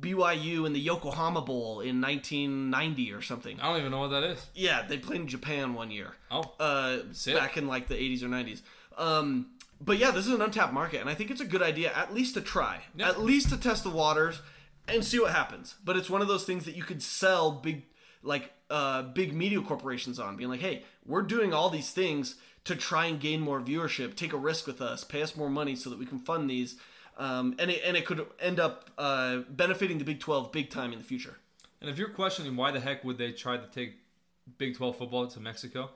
Speaker 2: byu in the yokohama bowl in 1990 or something
Speaker 1: I don't even know what that is.
Speaker 2: yeah they played in japan one year
Speaker 1: Oh. Oh.
Speaker 2: uh
Speaker 1: Sick.
Speaker 2: back in like the 80s or 90s um but yeah, this is an untapped market, and I think it's a good idea at least to try,
Speaker 1: Yeah.
Speaker 2: at least to test the waters and see what happens. But it's one of those things that you could sell big, like uh, big media corporations on, being like, "Hey, we're doing all these things to try and gain more viewership. Take a risk with us, pay us more money so that we can fund these." Um, and it and it could end up uh, benefiting the Big Twelve big time in the future.
Speaker 1: And if you're questioning why the heck would they try to take Big 12 football to Mexico,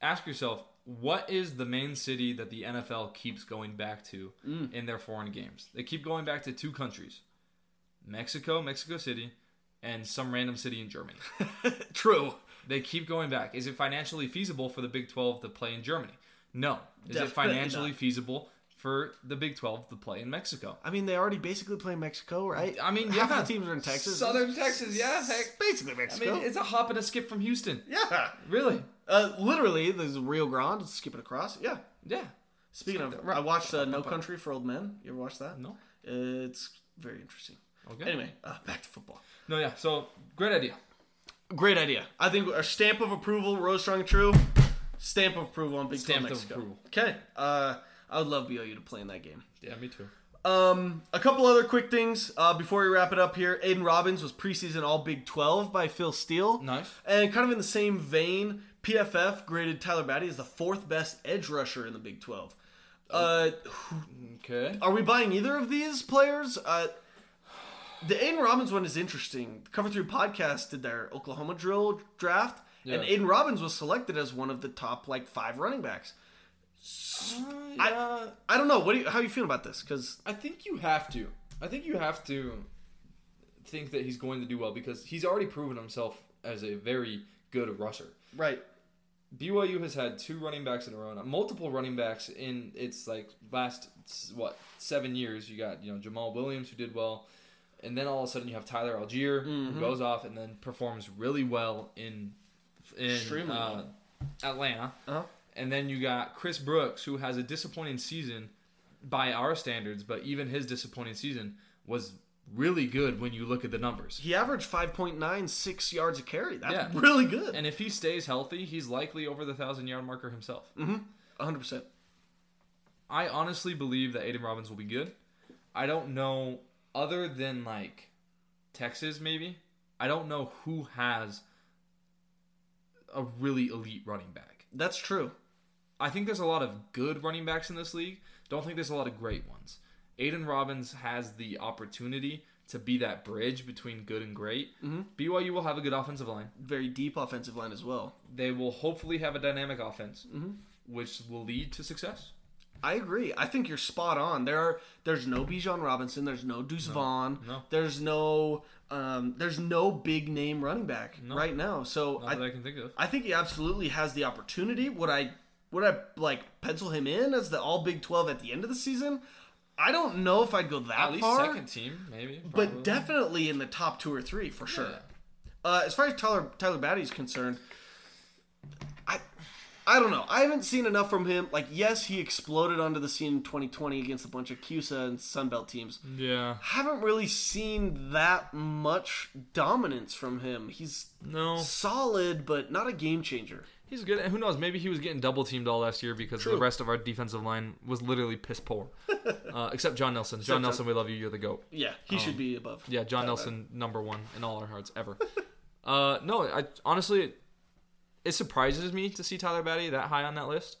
Speaker 1: ask yourself what is the main city that the NFL keeps going back to in their foreign games? They keep going back to two countries Mexico, Mexico City, and some random city in Germany.
Speaker 2: True.
Speaker 1: they keep going back. Is it financially feasible for the Big 12 to play in Germany? No. Is it
Speaker 2: Definitely
Speaker 1: financially
Speaker 2: not.
Speaker 1: feasible for the Big 12 to play in Mexico?
Speaker 2: I mean, they already basically play Mexico, right?
Speaker 1: I mean,
Speaker 2: half
Speaker 1: yeah.
Speaker 2: the teams are in Texas.
Speaker 1: Southern Texas, yeah,
Speaker 2: It's
Speaker 1: heck.
Speaker 2: basically
Speaker 1: I
Speaker 2: Mexico.
Speaker 1: mean, it's a hop and a skip from Houston.
Speaker 2: yeah.
Speaker 1: Really?
Speaker 2: Uh, literally, there's Rio Grande. Skip it across. Yeah.
Speaker 1: Yeah.
Speaker 2: Speaking of, I watched uh, No Country for Old Men. You ever watch that?
Speaker 1: No.
Speaker 2: Uh, it's very interesting.
Speaker 1: Okay.
Speaker 2: Anyway, uh, back to football.
Speaker 1: No, yeah. So great idea.
Speaker 2: Great idea. I think our stamp of approval, Rose Strong and True. Stamp of approval on Big
Speaker 1: Stamp
Speaker 2: Twelve
Speaker 1: of
Speaker 2: Mexico.
Speaker 1: approval.
Speaker 2: Okay. Uh, I would love BOU to play in that game.
Speaker 1: Yeah, me too.
Speaker 2: Um, a couple other quick things uh, before we wrap it up here. Aiden Robbins was preseason All Big 12 by Phil Steele.
Speaker 1: Nice.
Speaker 2: And kind of in the same vein, PFF graded Tyler Batty as the fourth best edge rusher in the Big 12. Uh,
Speaker 1: Okay.
Speaker 2: are we buying either of these players? Uh, the Aiden Robbins one is interesting. The Cover 3 podcast did their Oklahoma drill draft, and
Speaker 1: Yeah.
Speaker 2: Aiden Robbins was selected as one of the top like five running backs.
Speaker 1: I,
Speaker 2: I don't know. What do you, how you feeling about this? Because
Speaker 1: I think you have to. I think you have to think that he's going to do well because he's already proven himself as a very good rusher.
Speaker 2: right,
Speaker 1: BYU has had two running backs in a row, now, multiple running backs in its like last s- what seven years. You got you know Jamal Williams who did well, and then all of a sudden you have Tyler Algier
Speaker 2: Mm-hmm.
Speaker 1: who goes off and then performs really well in in
Speaker 2: Extremely
Speaker 1: uh, Atlanta.
Speaker 2: Uh-huh.
Speaker 1: And then you got Chris Brooks who has a disappointing season by our standards, but even his disappointing season was really good when you look at the numbers.
Speaker 2: he averaged 5.96 yards a carry. That's
Speaker 1: Yeah.
Speaker 2: really good.
Speaker 1: And if he stays healthy, he's likely over the thousand yard marker himself.
Speaker 2: 100%.
Speaker 1: I honestly believe that Aiden Robbins will be good. I don't know other than like Texas maybe. I don't know who has a really elite running back.
Speaker 2: That's true.
Speaker 1: I think there's a lot of good running backs in this league. Don't think there's a lot of great ones. Aiden Robbins has the opportunity to be that bridge between good and great.
Speaker 2: Mm-hmm.
Speaker 1: BYU will have a good offensive line.
Speaker 2: Very deep offensive line as well.
Speaker 1: They will hopefully have a dynamic offense,
Speaker 2: Mm-hmm.
Speaker 1: which will lead to success.
Speaker 2: I agree. I think you're spot on. There are there's no Bijan Robinson, there's no Deuce Vaughn,
Speaker 1: no.
Speaker 2: there's no um, there's no big name running back right now. So
Speaker 1: Not that I
Speaker 2: I,
Speaker 1: can think of.
Speaker 2: I think he absolutely has the opportunity. Would I would I like pencil him in as the all Big 12 at the end of the season? I don't know if I'd go that
Speaker 1: At least
Speaker 2: far.
Speaker 1: second team, maybe. probably.
Speaker 2: but definitely in the top two or three for sure. Uh, as far as Tyler Tyler Batty is concerned, I I don't know. I haven't seen enough from him. Like, yes, he exploded onto the scene in 2020 against a bunch of CUSA and Sunbelt teams.
Speaker 1: Yeah.
Speaker 2: Haven't really seen that much dominance from him. He's
Speaker 1: No.
Speaker 2: solid, but not a game changer.
Speaker 1: He's good. And who knows? Maybe he was getting double teamed all last year because the rest of our defensive line was literally piss poor. uh, except John Nelson. John Nelson, we love you. You're the GOAT.
Speaker 2: Yeah, he should be above.
Speaker 1: Um, Yeah, John Nelson, number one in all our hearts ever. uh, no, I honestly, it, it surprises me to see Tyler Batty that high on that list.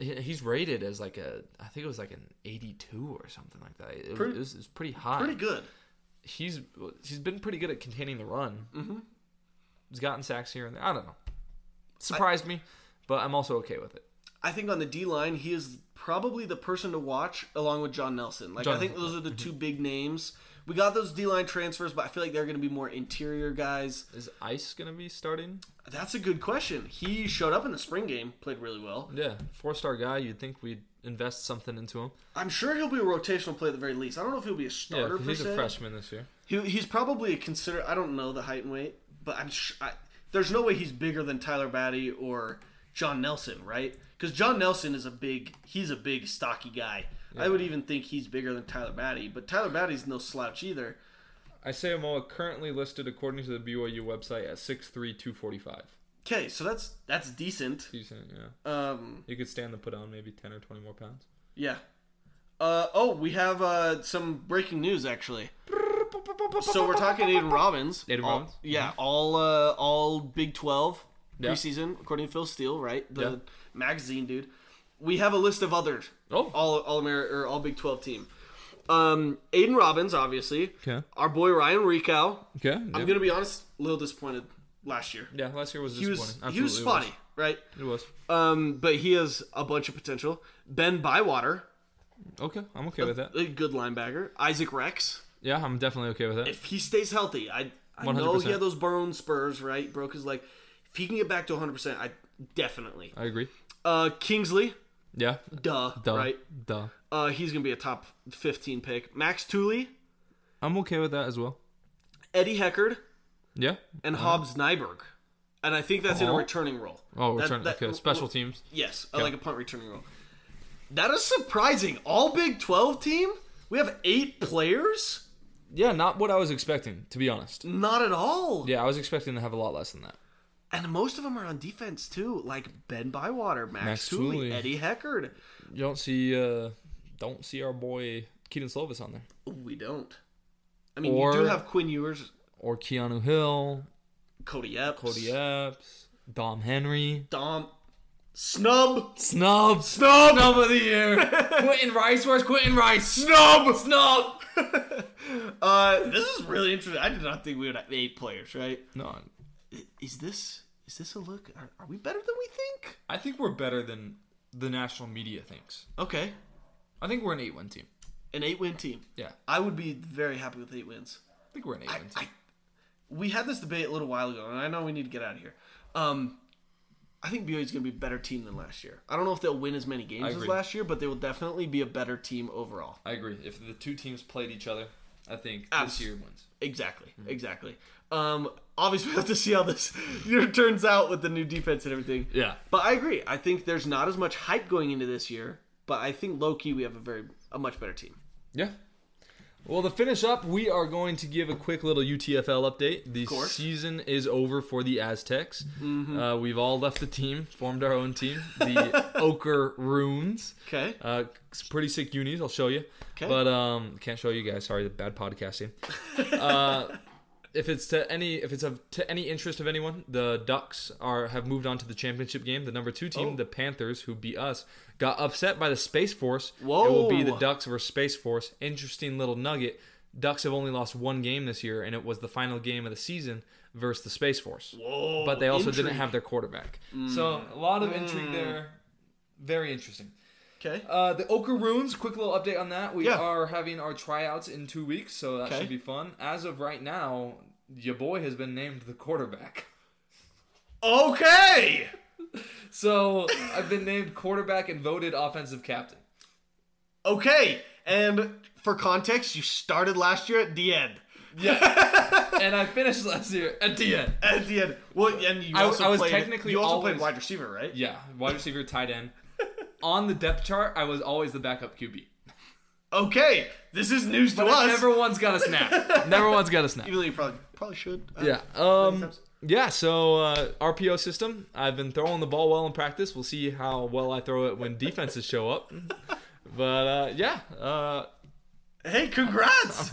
Speaker 1: He, he's rated as like a, I think it was like an 82 or something like that. It,
Speaker 2: Pretty-
Speaker 1: was, it was pretty high.
Speaker 2: Pretty good.
Speaker 1: He's he's been pretty good at containing the run. Mm-hmm. He's gotten sacks here and there. I don't know. Surprised me, but I'm also okay with it.
Speaker 2: I think on the D line, he is probably the person to watch along with John Nelson. Like I
Speaker 1: John-
Speaker 2: think those are the
Speaker 1: Mm-hmm.
Speaker 2: two big names. We got those D line transfers, but I feel like they're going to be more interior guys.
Speaker 1: Is Ice gonna be starting?
Speaker 2: That's a good question. He showed up in the spring game, played really well.
Speaker 1: Yeah, four star guy. You'd think we'd invest something into him.
Speaker 2: I'm sure he'll be a rotational play at the very least. I don't know if he'll be a
Speaker 1: Yeah,
Speaker 2: starter. per
Speaker 1: he's
Speaker 2: se.
Speaker 1: a freshman this year.
Speaker 2: He, he's probably a consider. I don't know the height and weight, but I'm sh- I, there's no way he's bigger than Tyler Batty or John Nelson, right? Because John Nelson is a big. He's a big stocky guy. I would even think he's bigger than Tyler Batty, but Tyler Batty's no slouch either.
Speaker 1: Isaiah Moa currently listed according to the BYU website at 6'3", 245.
Speaker 2: Okay, so that's that's decent.
Speaker 1: Decent, yeah.
Speaker 2: Um,
Speaker 1: You could stand to put on maybe 10 or 20 more pounds.
Speaker 2: yeah. Uh, oh, we have uh, some breaking news actually. So we're talking Aiden Robbins.
Speaker 1: Aiden
Speaker 2: All-
Speaker 1: Robbins? Mm-hmm.
Speaker 2: Yeah, all uh, all Big Twelve
Speaker 1: Yeah.
Speaker 2: preseason, according to Phil Steele, right? The
Speaker 1: Yeah.
Speaker 2: magazine dude. We have a list of other
Speaker 1: Oh.
Speaker 2: all all Ameri- or all Big Twelve team. Um, Aiden Robbins, obviously.
Speaker 1: Okay.
Speaker 2: Our boy Ryan Rico.
Speaker 1: Okay.
Speaker 2: I'm gonna be honest, a little disappointed last year.
Speaker 1: Yeah, last year was
Speaker 2: He
Speaker 1: disappointing.
Speaker 2: was he was
Speaker 1: Absolutely
Speaker 2: spotty, right?
Speaker 1: It was.
Speaker 2: Um, but he has a bunch of potential. Ben Bywater,
Speaker 1: Okay, I'm okay with that.
Speaker 2: a good linebacker. Isaac Rex,
Speaker 1: Yeah, I'm definitely okay with that.
Speaker 2: if he stays healthy, I I know he
Speaker 1: 100%.
Speaker 2: had those bone spurs, right? Broke his leg. If he can get back to 100, percent I definitely.
Speaker 1: I agree.
Speaker 2: Uh, Kingsley,
Speaker 1: Yeah.
Speaker 2: duh,
Speaker 1: Duh.
Speaker 2: right?
Speaker 1: Duh.
Speaker 2: Uh, he's gonna be a top 15 pick. Max Tooley,
Speaker 1: I'm okay with that as well.
Speaker 2: Eddie Heckard,
Speaker 1: Yeah.
Speaker 2: and Hobbs Nyberg. And I think that's in a
Speaker 1: Oh.
Speaker 2: returning role.
Speaker 1: Uh-huh. Oh,
Speaker 2: That-
Speaker 1: return.
Speaker 2: that-
Speaker 1: okay, special teams.
Speaker 2: Yes, uh, like a punt returning role. That is surprising. All Big 12 team? We have eight players?
Speaker 1: Yeah, not what I was expecting, to be honest.
Speaker 2: Not at all.
Speaker 1: Yeah, I was expecting to have a lot less than that.
Speaker 2: And most of them are on defense too, like Ben Bywater, Max,
Speaker 1: Max
Speaker 2: Tooley,
Speaker 1: Tooley.
Speaker 2: Eddie Heckard.
Speaker 1: You don't see, uh, don't see our boy Keaton Slovis on there,
Speaker 2: We don't. I mean,
Speaker 1: Or-
Speaker 2: you do have Quinn Ewers,
Speaker 1: or Keanu Hill,
Speaker 2: Cody Epps,
Speaker 1: Cody Epps, Dom Henry,
Speaker 2: Dom, Snub,
Speaker 1: Snub, Snub, Snub of the year. Quentin Rice, where's Quentin Rice?
Speaker 2: Snub, Snub. uh, this is really interesting. I did not think we would have eight players, right?
Speaker 1: No,
Speaker 2: Is this is this a look? Are, are we better than we think?
Speaker 1: I think we're better than the national media thinks.
Speaker 2: Okay,
Speaker 1: I think we're an eight-win team.
Speaker 2: an eight-win team.
Speaker 1: Yeah,
Speaker 2: I would be very happy with eight wins.
Speaker 1: I think we're an eight-win team.
Speaker 2: I, we had this debate a little while ago, and I know we need to get out of here. Um, I think BYU is going to be a better team than last year. I don't know if they'll win as many games as
Speaker 1: agree.
Speaker 2: last year, but they will definitely be a better team overall.
Speaker 1: I agree. If the two teams played each other, I think
Speaker 2: Abs-
Speaker 1: this year wins.
Speaker 2: Exactly,
Speaker 1: Mm-hmm.
Speaker 2: exactly. Um, obviously, we have to see how this year turns out with the new defense and everything.
Speaker 1: Yeah.
Speaker 2: But I agree. I think there's not as much hype going into this year, but I think low key we have a very a much better team.
Speaker 1: Yeah. Well, to finish up, we are going to give a quick little UTFL update. The
Speaker 2: course. Mm-hmm.
Speaker 1: season is over for the Aztecs. Uh, we've all left the team, formed our own team, the Ochre Runes.
Speaker 2: Okay.
Speaker 1: Uh, it's pretty sick unis. I'll show you.
Speaker 2: 'Kay.
Speaker 1: But um, can't show you guys. Sorry, the bad podcasting. uh, if it's to any, if it's of to any interest of anyone, the Ducks are have moved on to the championship game. The number two
Speaker 2: Oh.
Speaker 1: team, the Panthers, who beat us, got upset by the Space Force. It will be the
Speaker 2: Whoa.
Speaker 1: Ducks versus Space Force. Interesting little nugget. Ducks have only lost one game this year, and it was the final game of the season versus the Space Force. Whoa! But they also didn't
Speaker 2: intrigue. Mm.
Speaker 1: have their quarterback, so a lot of intrigue there. Very interesting.
Speaker 2: Okay.
Speaker 1: Uh, the Ochre Runes, quick little update on that. We
Speaker 2: Yeah.
Speaker 1: are having our tryouts in two weeks, so that
Speaker 2: Okay.
Speaker 1: should be fun. As of right now, your boy has been named the quarterback.
Speaker 2: okay.
Speaker 1: So I've been named quarterback and voted offensive captain.
Speaker 2: Okay. And for context, you started last year at the end.
Speaker 1: And I finished last year at the end.
Speaker 2: At the end, well, and you
Speaker 1: I-
Speaker 2: also
Speaker 1: I was
Speaker 2: played,
Speaker 1: technically
Speaker 2: you also played
Speaker 1: always-
Speaker 2: wide receiver, right?
Speaker 1: Yeah, wide receiver, tight end. On the depth chart, I was always the backup QB.
Speaker 2: Okay, this is news to us.
Speaker 1: Never once got a snap. Never once got a snap.
Speaker 2: Even though you probably probably should. Uh, I
Speaker 1: Yeah.
Speaker 2: don't know.
Speaker 1: Um,
Speaker 2: times?
Speaker 1: yeah. So uh, RPO system. I've been throwing the ball well in practice. We'll see how well I throw it when defenses show up. But uh, yeah, uh,
Speaker 2: Hey, congrats!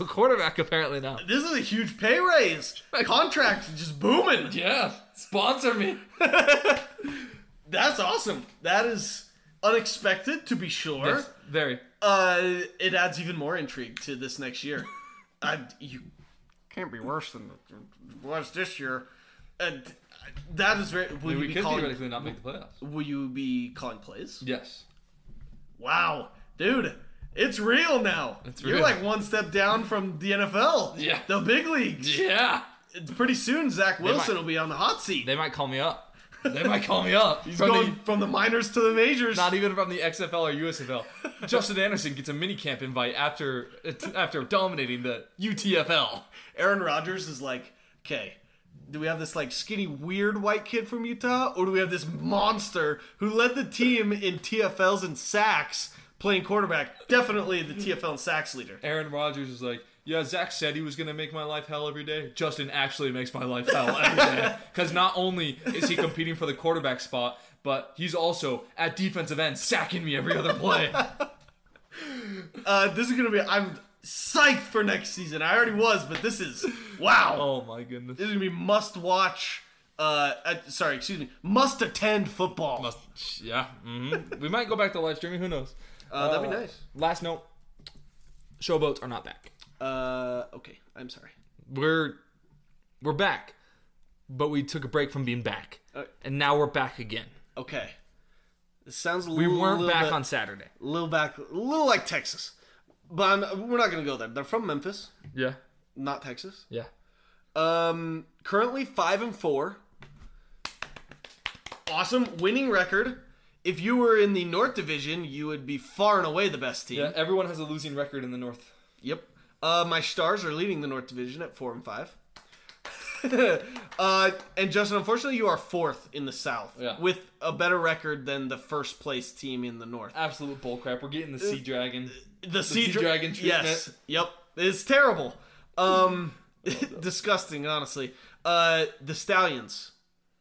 Speaker 1: a quarterback apparently now.
Speaker 2: This is a huge pay raise. Contract just booming.
Speaker 1: Yeah, sponsor me.
Speaker 2: That's awesome. That is unexpected, to be sure.
Speaker 1: Very.
Speaker 2: Uh, it adds even more intrigue to this next year. I, you can't be worse than it was this year. And that is very. Will you
Speaker 1: We
Speaker 2: be
Speaker 1: could
Speaker 2: calling?
Speaker 1: theoretically not make the playoffs.
Speaker 2: will you be calling plays?
Speaker 1: Yes.
Speaker 2: Wow, dude, it's real now. You're
Speaker 1: real.
Speaker 2: like one step down from the NFL.
Speaker 1: Yeah.
Speaker 2: The big leagues.
Speaker 1: Yeah.
Speaker 2: It's Pretty soon, Zach Wilson
Speaker 1: might-
Speaker 2: will be on the hot seat.
Speaker 1: They might call me up. They might call me up.
Speaker 2: He's
Speaker 1: From the-
Speaker 2: going from the minors to the majors.
Speaker 1: not even from the XFL or USFL. Justin Anderson gets a minicamp invite after after dominating the UTFL.
Speaker 2: Aaron Rodgers is like, okay, do we have this like skinny weird white kid from Utah, or do we have this monster who led the team in TFLs and sacks playing quarterback? Definitely the TFL and sacks leader.
Speaker 1: Aaron Rodgers is like, yeah, Zach said he was gonna make my life hell every day. Justin actually makes my life hell every day because not only is he competing for the quarterback spot, but he's also at defensive end sacking me every other play.
Speaker 2: Uh, this is gonna be. I'm psyched for next season. I already was, but this is wow.
Speaker 1: oh my goodness.
Speaker 2: This is gonna be must watch. Uh, uh, sorry, excuse me. Must attend football.
Speaker 1: Yeah, mhm. we might go back to live streaming. Who knows?
Speaker 2: Uh, that'd be nice.
Speaker 1: Last note: showboats are not back.
Speaker 2: Uh, okay. I'm sorry.
Speaker 1: We're we're back, but we took a break from being back,
Speaker 2: Uh,
Speaker 1: and now we're back again.
Speaker 2: Okay. This sounds a
Speaker 1: We
Speaker 2: little.
Speaker 1: weren't
Speaker 2: little
Speaker 1: back
Speaker 2: bit-
Speaker 1: on Saturday.
Speaker 2: little back, a little like Texas, but I'm, we're not gonna go there. They're from Memphis,
Speaker 1: Yeah,
Speaker 2: not Texas.
Speaker 1: yeah.
Speaker 2: Um, currently five and four. Awesome winning record. If you were in the North Division, you would be far and away the best team.
Speaker 1: Yeah, everyone has a losing record in the North.
Speaker 2: Yep. Uh, my Stars are leading the North Division at four and five. uh, and Justin, unfortunately, you are fourth in the South
Speaker 1: Yeah.
Speaker 2: with a better record than the first place team in the North.
Speaker 1: Absolute bullcrap. We're getting the Sea Dragon.
Speaker 2: the sea
Speaker 1: Uh, sea
Speaker 2: dra-
Speaker 1: dragon treatment.
Speaker 2: Yes. Yep. It's terrible. Um, disgusting, honestly. Uh, the Stallions.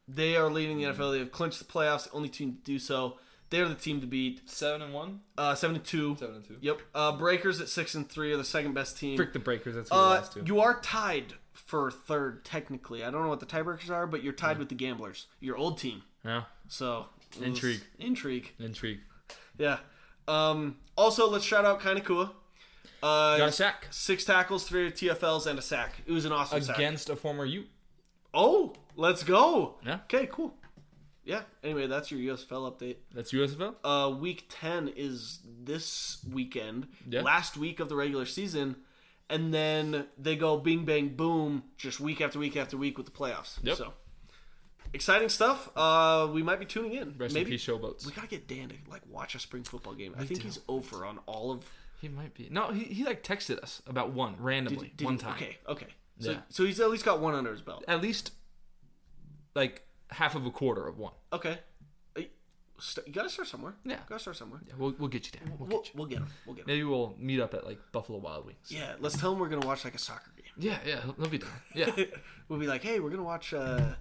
Speaker 2: They are leading the NFL. They have clinched the playoffs. Only team to do so. They're the team to beat.
Speaker 1: Seven and one.
Speaker 2: Uh, seven to two.
Speaker 1: Seven and two.
Speaker 2: Yep. Uh, Breakers at six and three are the second best team.
Speaker 1: Frick the Breakers. That's who we
Speaker 2: Uh,
Speaker 1: lost to.
Speaker 2: you are tied for third technically. I don't know what the tiebreakers are, but you're tied with the Gamblers, your old team.
Speaker 1: yeah.
Speaker 2: So
Speaker 1: Intrigue.
Speaker 2: Intrigue.
Speaker 1: Intrigue.
Speaker 2: Yeah. Um, also, let's shout out Kainakua. Uh,
Speaker 1: Got a sack
Speaker 2: Six tackles, three TFLs, and a sack. It was an awesome sack.
Speaker 1: against a former Ute.
Speaker 2: Oh, let's go.
Speaker 1: Yeah.
Speaker 2: Okay, cool. Yeah. Anyway, that's your USFL update.
Speaker 1: That's USFL.
Speaker 2: Uh, week ten is this weekend,
Speaker 1: Yeah.
Speaker 2: last week of the regular season, and then they go bing bang boom, just week after week after week with the playoffs.
Speaker 1: Yep.
Speaker 2: So exciting stuff. Uh, we might be tuning in.
Speaker 1: Rest
Speaker 2: Maybe
Speaker 1: in peace, showboats.
Speaker 2: we gotta get Dan to like watch a spring football game. I think he's over on all of
Speaker 1: He might be. No, he, he like texted us about one randomly
Speaker 2: Did
Speaker 1: one
Speaker 2: he-
Speaker 1: time.
Speaker 2: Okay, okay. So,
Speaker 1: Yeah.
Speaker 2: so he's at least got one under his belt.
Speaker 1: At least like half of a quarter of one.
Speaker 2: Okay. Uh, st- You gotta start somewhere.
Speaker 1: Yeah.
Speaker 2: gotta start somewhere.
Speaker 1: Yeah, we'll, we'll get you down. We'll
Speaker 2: We'll,
Speaker 1: get you.
Speaker 2: we'll get him. We'll get him.
Speaker 1: Maybe we'll meet up at like Buffalo Wild Wings.
Speaker 2: Yeah, let's tell him we're gonna watch like a soccer game.
Speaker 1: Yeah, yeah, he'll, he'll be down. Yeah,
Speaker 2: We'll be like, hey, we're gonna watch uh,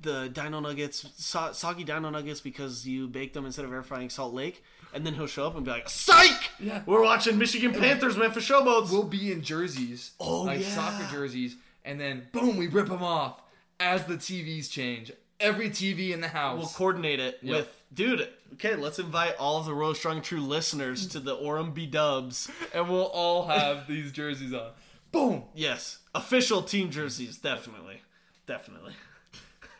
Speaker 2: the Dino Nuggets, so- soggy Dino Nuggets, because you baked them instead of air frying Salt Lake. And then he'll show up and be like, psych!
Speaker 1: Yeah.
Speaker 2: We're watching Michigan Panthers, man, for showboats.
Speaker 1: we'll be in jerseys,
Speaker 2: Oh,
Speaker 1: like
Speaker 2: yeah.
Speaker 1: soccer jerseys, and then boom, we rip them off as the TVs change. Every TV in the house.
Speaker 2: We'll coordinate it with, dude. Okay, let's invite all of the Royal Strong and True listeners to the Orem B Dubs.
Speaker 1: and we'll all have these jerseys on. Boom.
Speaker 2: Yes, official team jerseys, definitely, definitely.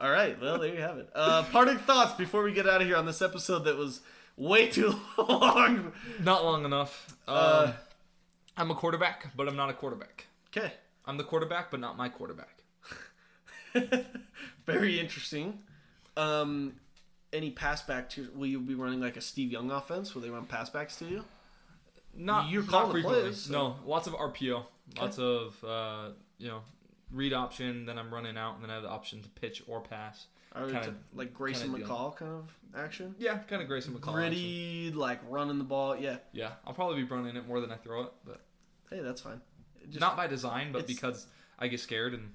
Speaker 2: All right, well there you have it. Uh, parting thoughts before we get out of here on this episode that was way too long.
Speaker 1: Not long enough. um, I'm a quarterback, but I'm not a quarterback.
Speaker 2: Okay,
Speaker 1: I'm the quarterback, but not my quarterback.
Speaker 2: very interesting. Um, any pass back to? Will you be running like a Steve Young offense? Will they run pass backs to you?
Speaker 1: Not
Speaker 2: You're
Speaker 1: not
Speaker 2: calling the
Speaker 1: frequently.
Speaker 2: plays, so-
Speaker 1: No, lots of RPO, lots of uh, you know read option. Then I'm running out, and then I have the option to pitch or pass.
Speaker 2: Or is
Speaker 1: Kinda-
Speaker 2: it like Grayson
Speaker 1: kinda Young.
Speaker 2: McCall kind of action?
Speaker 1: Yeah, kind of Grayson McCall. action.
Speaker 2: Gritty, like running the ball. Yeah.
Speaker 1: Yeah, I'll probably be running it more than I throw it, but
Speaker 2: Hey, that's fine. Just,
Speaker 1: not by design, but
Speaker 2: it's-
Speaker 1: because I get scared and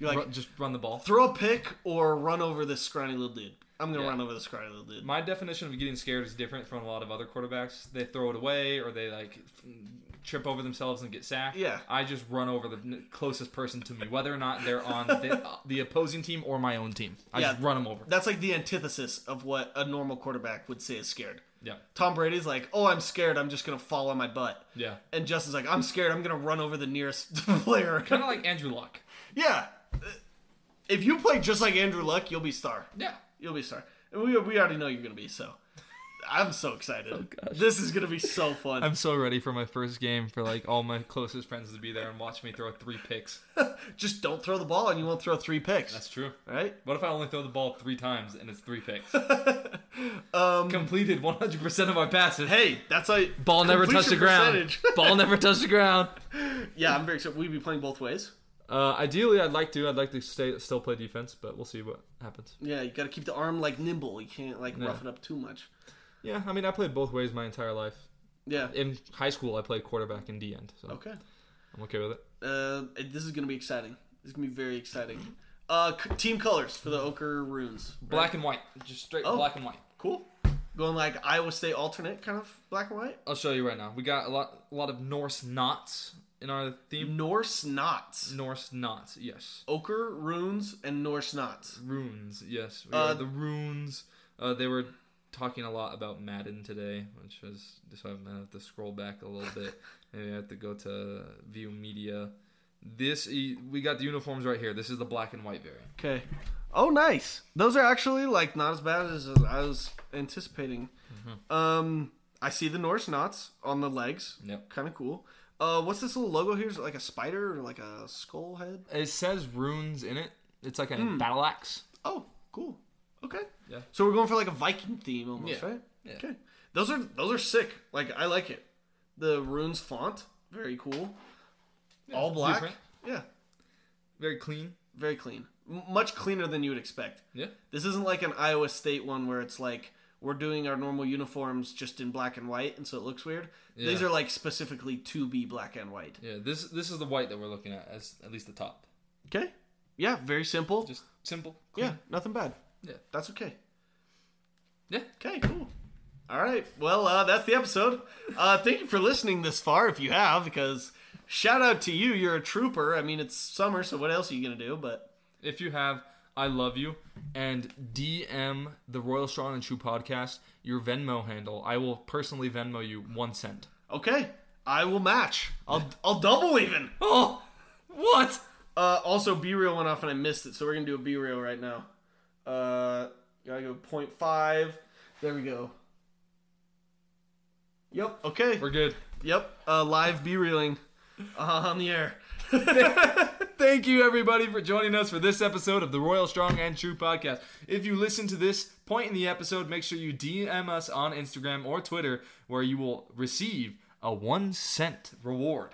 Speaker 2: you're like
Speaker 1: ru- just run the ball.
Speaker 2: throw a pick or run over this scrawny little dude. I'm gonna
Speaker 1: Yeah.
Speaker 2: run over this scrawny little dude.
Speaker 1: My definition of getting scared is different from a lot of other quarterbacks. They throw it away or they like f- trip over themselves and get sacked.
Speaker 2: Yeah.
Speaker 1: I just run over the n- closest person to me, whether or not they're on the, the opposing team or my own team. I just
Speaker 2: Yeah.
Speaker 1: run them over.
Speaker 2: That's like the antithesis of what a normal quarterback would say is scared.
Speaker 1: Yeah.
Speaker 2: Tom Brady's like, "Oh, I'm scared. I'm just gonna fall on my butt."
Speaker 1: Yeah.
Speaker 2: And Justin's like, "I'm scared. I'm gonna run over the nearest player."
Speaker 1: Kind of like Andrew Luck.
Speaker 2: yeah. If you play just like Andrew Luck, you'll be star.
Speaker 1: Yeah.
Speaker 2: You'll be star. And we we already know you're gonna be so. I'm so excited. This is gonna be so fun.
Speaker 1: Oh, I'm so ready for my first game for like all my closest friends to be there and watch me throw three picks.
Speaker 2: just don't throw the ball, and you won't throw three picks.
Speaker 1: That's true.
Speaker 2: right.
Speaker 1: What if I only throw the ball three times and it's three picks? Um, Completed 100% of my passes.
Speaker 2: Hey, that's how
Speaker 1: Ball never touched the
Speaker 2: completion
Speaker 1: ground.
Speaker 2: percentage.
Speaker 1: Ball never touched the ground.
Speaker 2: yeah, I'm very excited. We'd be playing both ways.
Speaker 1: Uh, ideally, I'd like to. I'd like to stay, still play defense, but we'll see what happens.
Speaker 2: Yeah, you got to keep the arm like nimble. You can't like rough it up too much.
Speaker 1: Yeah, I mean, I played both ways my entire life.
Speaker 2: Yeah.
Speaker 1: In high school, I played quarterback and D end, so
Speaker 2: Okay.
Speaker 1: I'm okay with it.
Speaker 2: Uh, this is gonna be exciting. This is gonna be very exciting. Uh, c- team colors for the ochre runes. right?
Speaker 1: Black and white, just straight
Speaker 2: Oh.
Speaker 1: black and white.
Speaker 2: Cool. Going like Iowa State alternate kind of black and white.
Speaker 1: I'll show you right now. We got a lot, a lot of Norse knots in our theme.
Speaker 2: Norse knots.
Speaker 1: Norse knots, yes.
Speaker 2: Ochre runes and Norse knots.
Speaker 1: Runes, yes. We
Speaker 2: Uh,
Speaker 1: got the runes. Uh, they were talking a lot about Madden today, which was so I'm gonna have to scroll back a little bit. Maybe I have to go to view media. This e- we got the uniforms right here. This is the black and white variant.
Speaker 2: Okay. Oh, nice. Those are actually like not as bad as I was anticipating.
Speaker 1: Mm-hmm.
Speaker 2: Um, I see the Norse knots on the legs.
Speaker 1: Yep.
Speaker 2: Kind of cool. Uh, what's this little logo here? Is it like a spider or like a skull head?
Speaker 1: It says runes in it. It's like a
Speaker 2: Hmm.
Speaker 1: battle axe.
Speaker 2: Oh, cool. Okay.
Speaker 1: Yeah.
Speaker 2: So we're going for like a Viking theme almost,
Speaker 1: Yeah.
Speaker 2: right?
Speaker 1: Yeah.
Speaker 2: Okay. Those are those are sick. Like I like it. The runes font, very cool. All black.
Speaker 1: blueprint.
Speaker 2: Yeah.
Speaker 1: Very clean.
Speaker 2: Very clean. M- much cleaner than you would expect.
Speaker 1: Yeah.
Speaker 2: This isn't like an Iowa State one where it's like we're doing our normal uniforms just in black and white, and so it looks weird. These
Speaker 1: Yeah.
Speaker 2: are like specifically to be black and white.
Speaker 1: Yeah. This this is the white that we're looking at as at least the top.
Speaker 2: Okay. Yeah. Very simple.
Speaker 1: Just simple.
Speaker 2: yeah.
Speaker 1: Clean.
Speaker 2: Nothing bad.
Speaker 1: Yeah.
Speaker 2: That's okay.
Speaker 1: Yeah.
Speaker 2: Okay, cool. All right. Well, uh, that's the episode. Uh, thank you for listening this far, if you have, because shout out to you. You're a trooper. I mean, it's summer, so what else are you going to do? But
Speaker 1: If you have, I love you. And DM the Royal Strong and True podcast your Venmo handle. I will personally Venmo you one cent.
Speaker 2: okay, I will match. I'll, I'll double even.
Speaker 1: Oh, what?
Speaker 2: Uh, also, B Reel went off and I missed it, so we're going to do a B Reel right now. Uh, gotta go 0.5. There we go. Yep. Okay.
Speaker 1: We're good.
Speaker 2: Yep. Uh, live B Reeling uh, on the air.
Speaker 1: Thank you, everybody, for joining us for this episode of the Royal Strong and True podcast. If you listen to this point in the episode, make sure you DM us on Instagram or Twitter, where you will receive a one cent reward.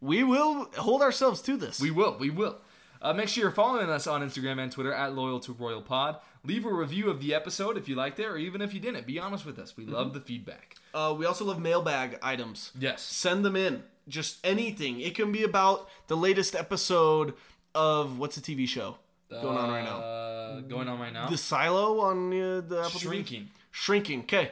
Speaker 2: We will hold ourselves to this.
Speaker 1: We will. We will. Uh, make sure you're following us on Instagram and Twitter at Loyal to Royal Pod. Leave a review of the episode if you liked it, or even if you didn't. Be honest with us. We love the feedback.
Speaker 2: Uh, we also love mailbag items.
Speaker 1: Yes.
Speaker 2: Send them in. Just anything. It can be about the latest episode of what's a TV show going on right now?
Speaker 1: Uh, going on right now.
Speaker 2: The Silo on uh, the Apple TV?
Speaker 1: Shrinking.
Speaker 2: Shrinking. Okay.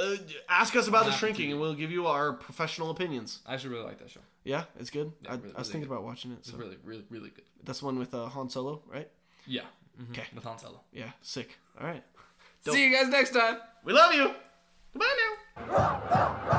Speaker 2: Uh, ask us about the
Speaker 1: Apple
Speaker 2: shrinking,
Speaker 1: TV.
Speaker 2: and we'll give you our professional opinions.
Speaker 1: I actually really like that show.
Speaker 2: Yeah, it's good. I,
Speaker 1: really,
Speaker 2: I was
Speaker 1: really
Speaker 2: thinking about watching it. So
Speaker 1: Really, really, really good.
Speaker 2: that's the one with uh, Han Solo, right?
Speaker 1: Yeah.
Speaker 2: Okay.
Speaker 1: With Han Solo.
Speaker 2: Yeah. Sick. All right.
Speaker 1: See you guys next time.
Speaker 2: We love you. Goodbye now.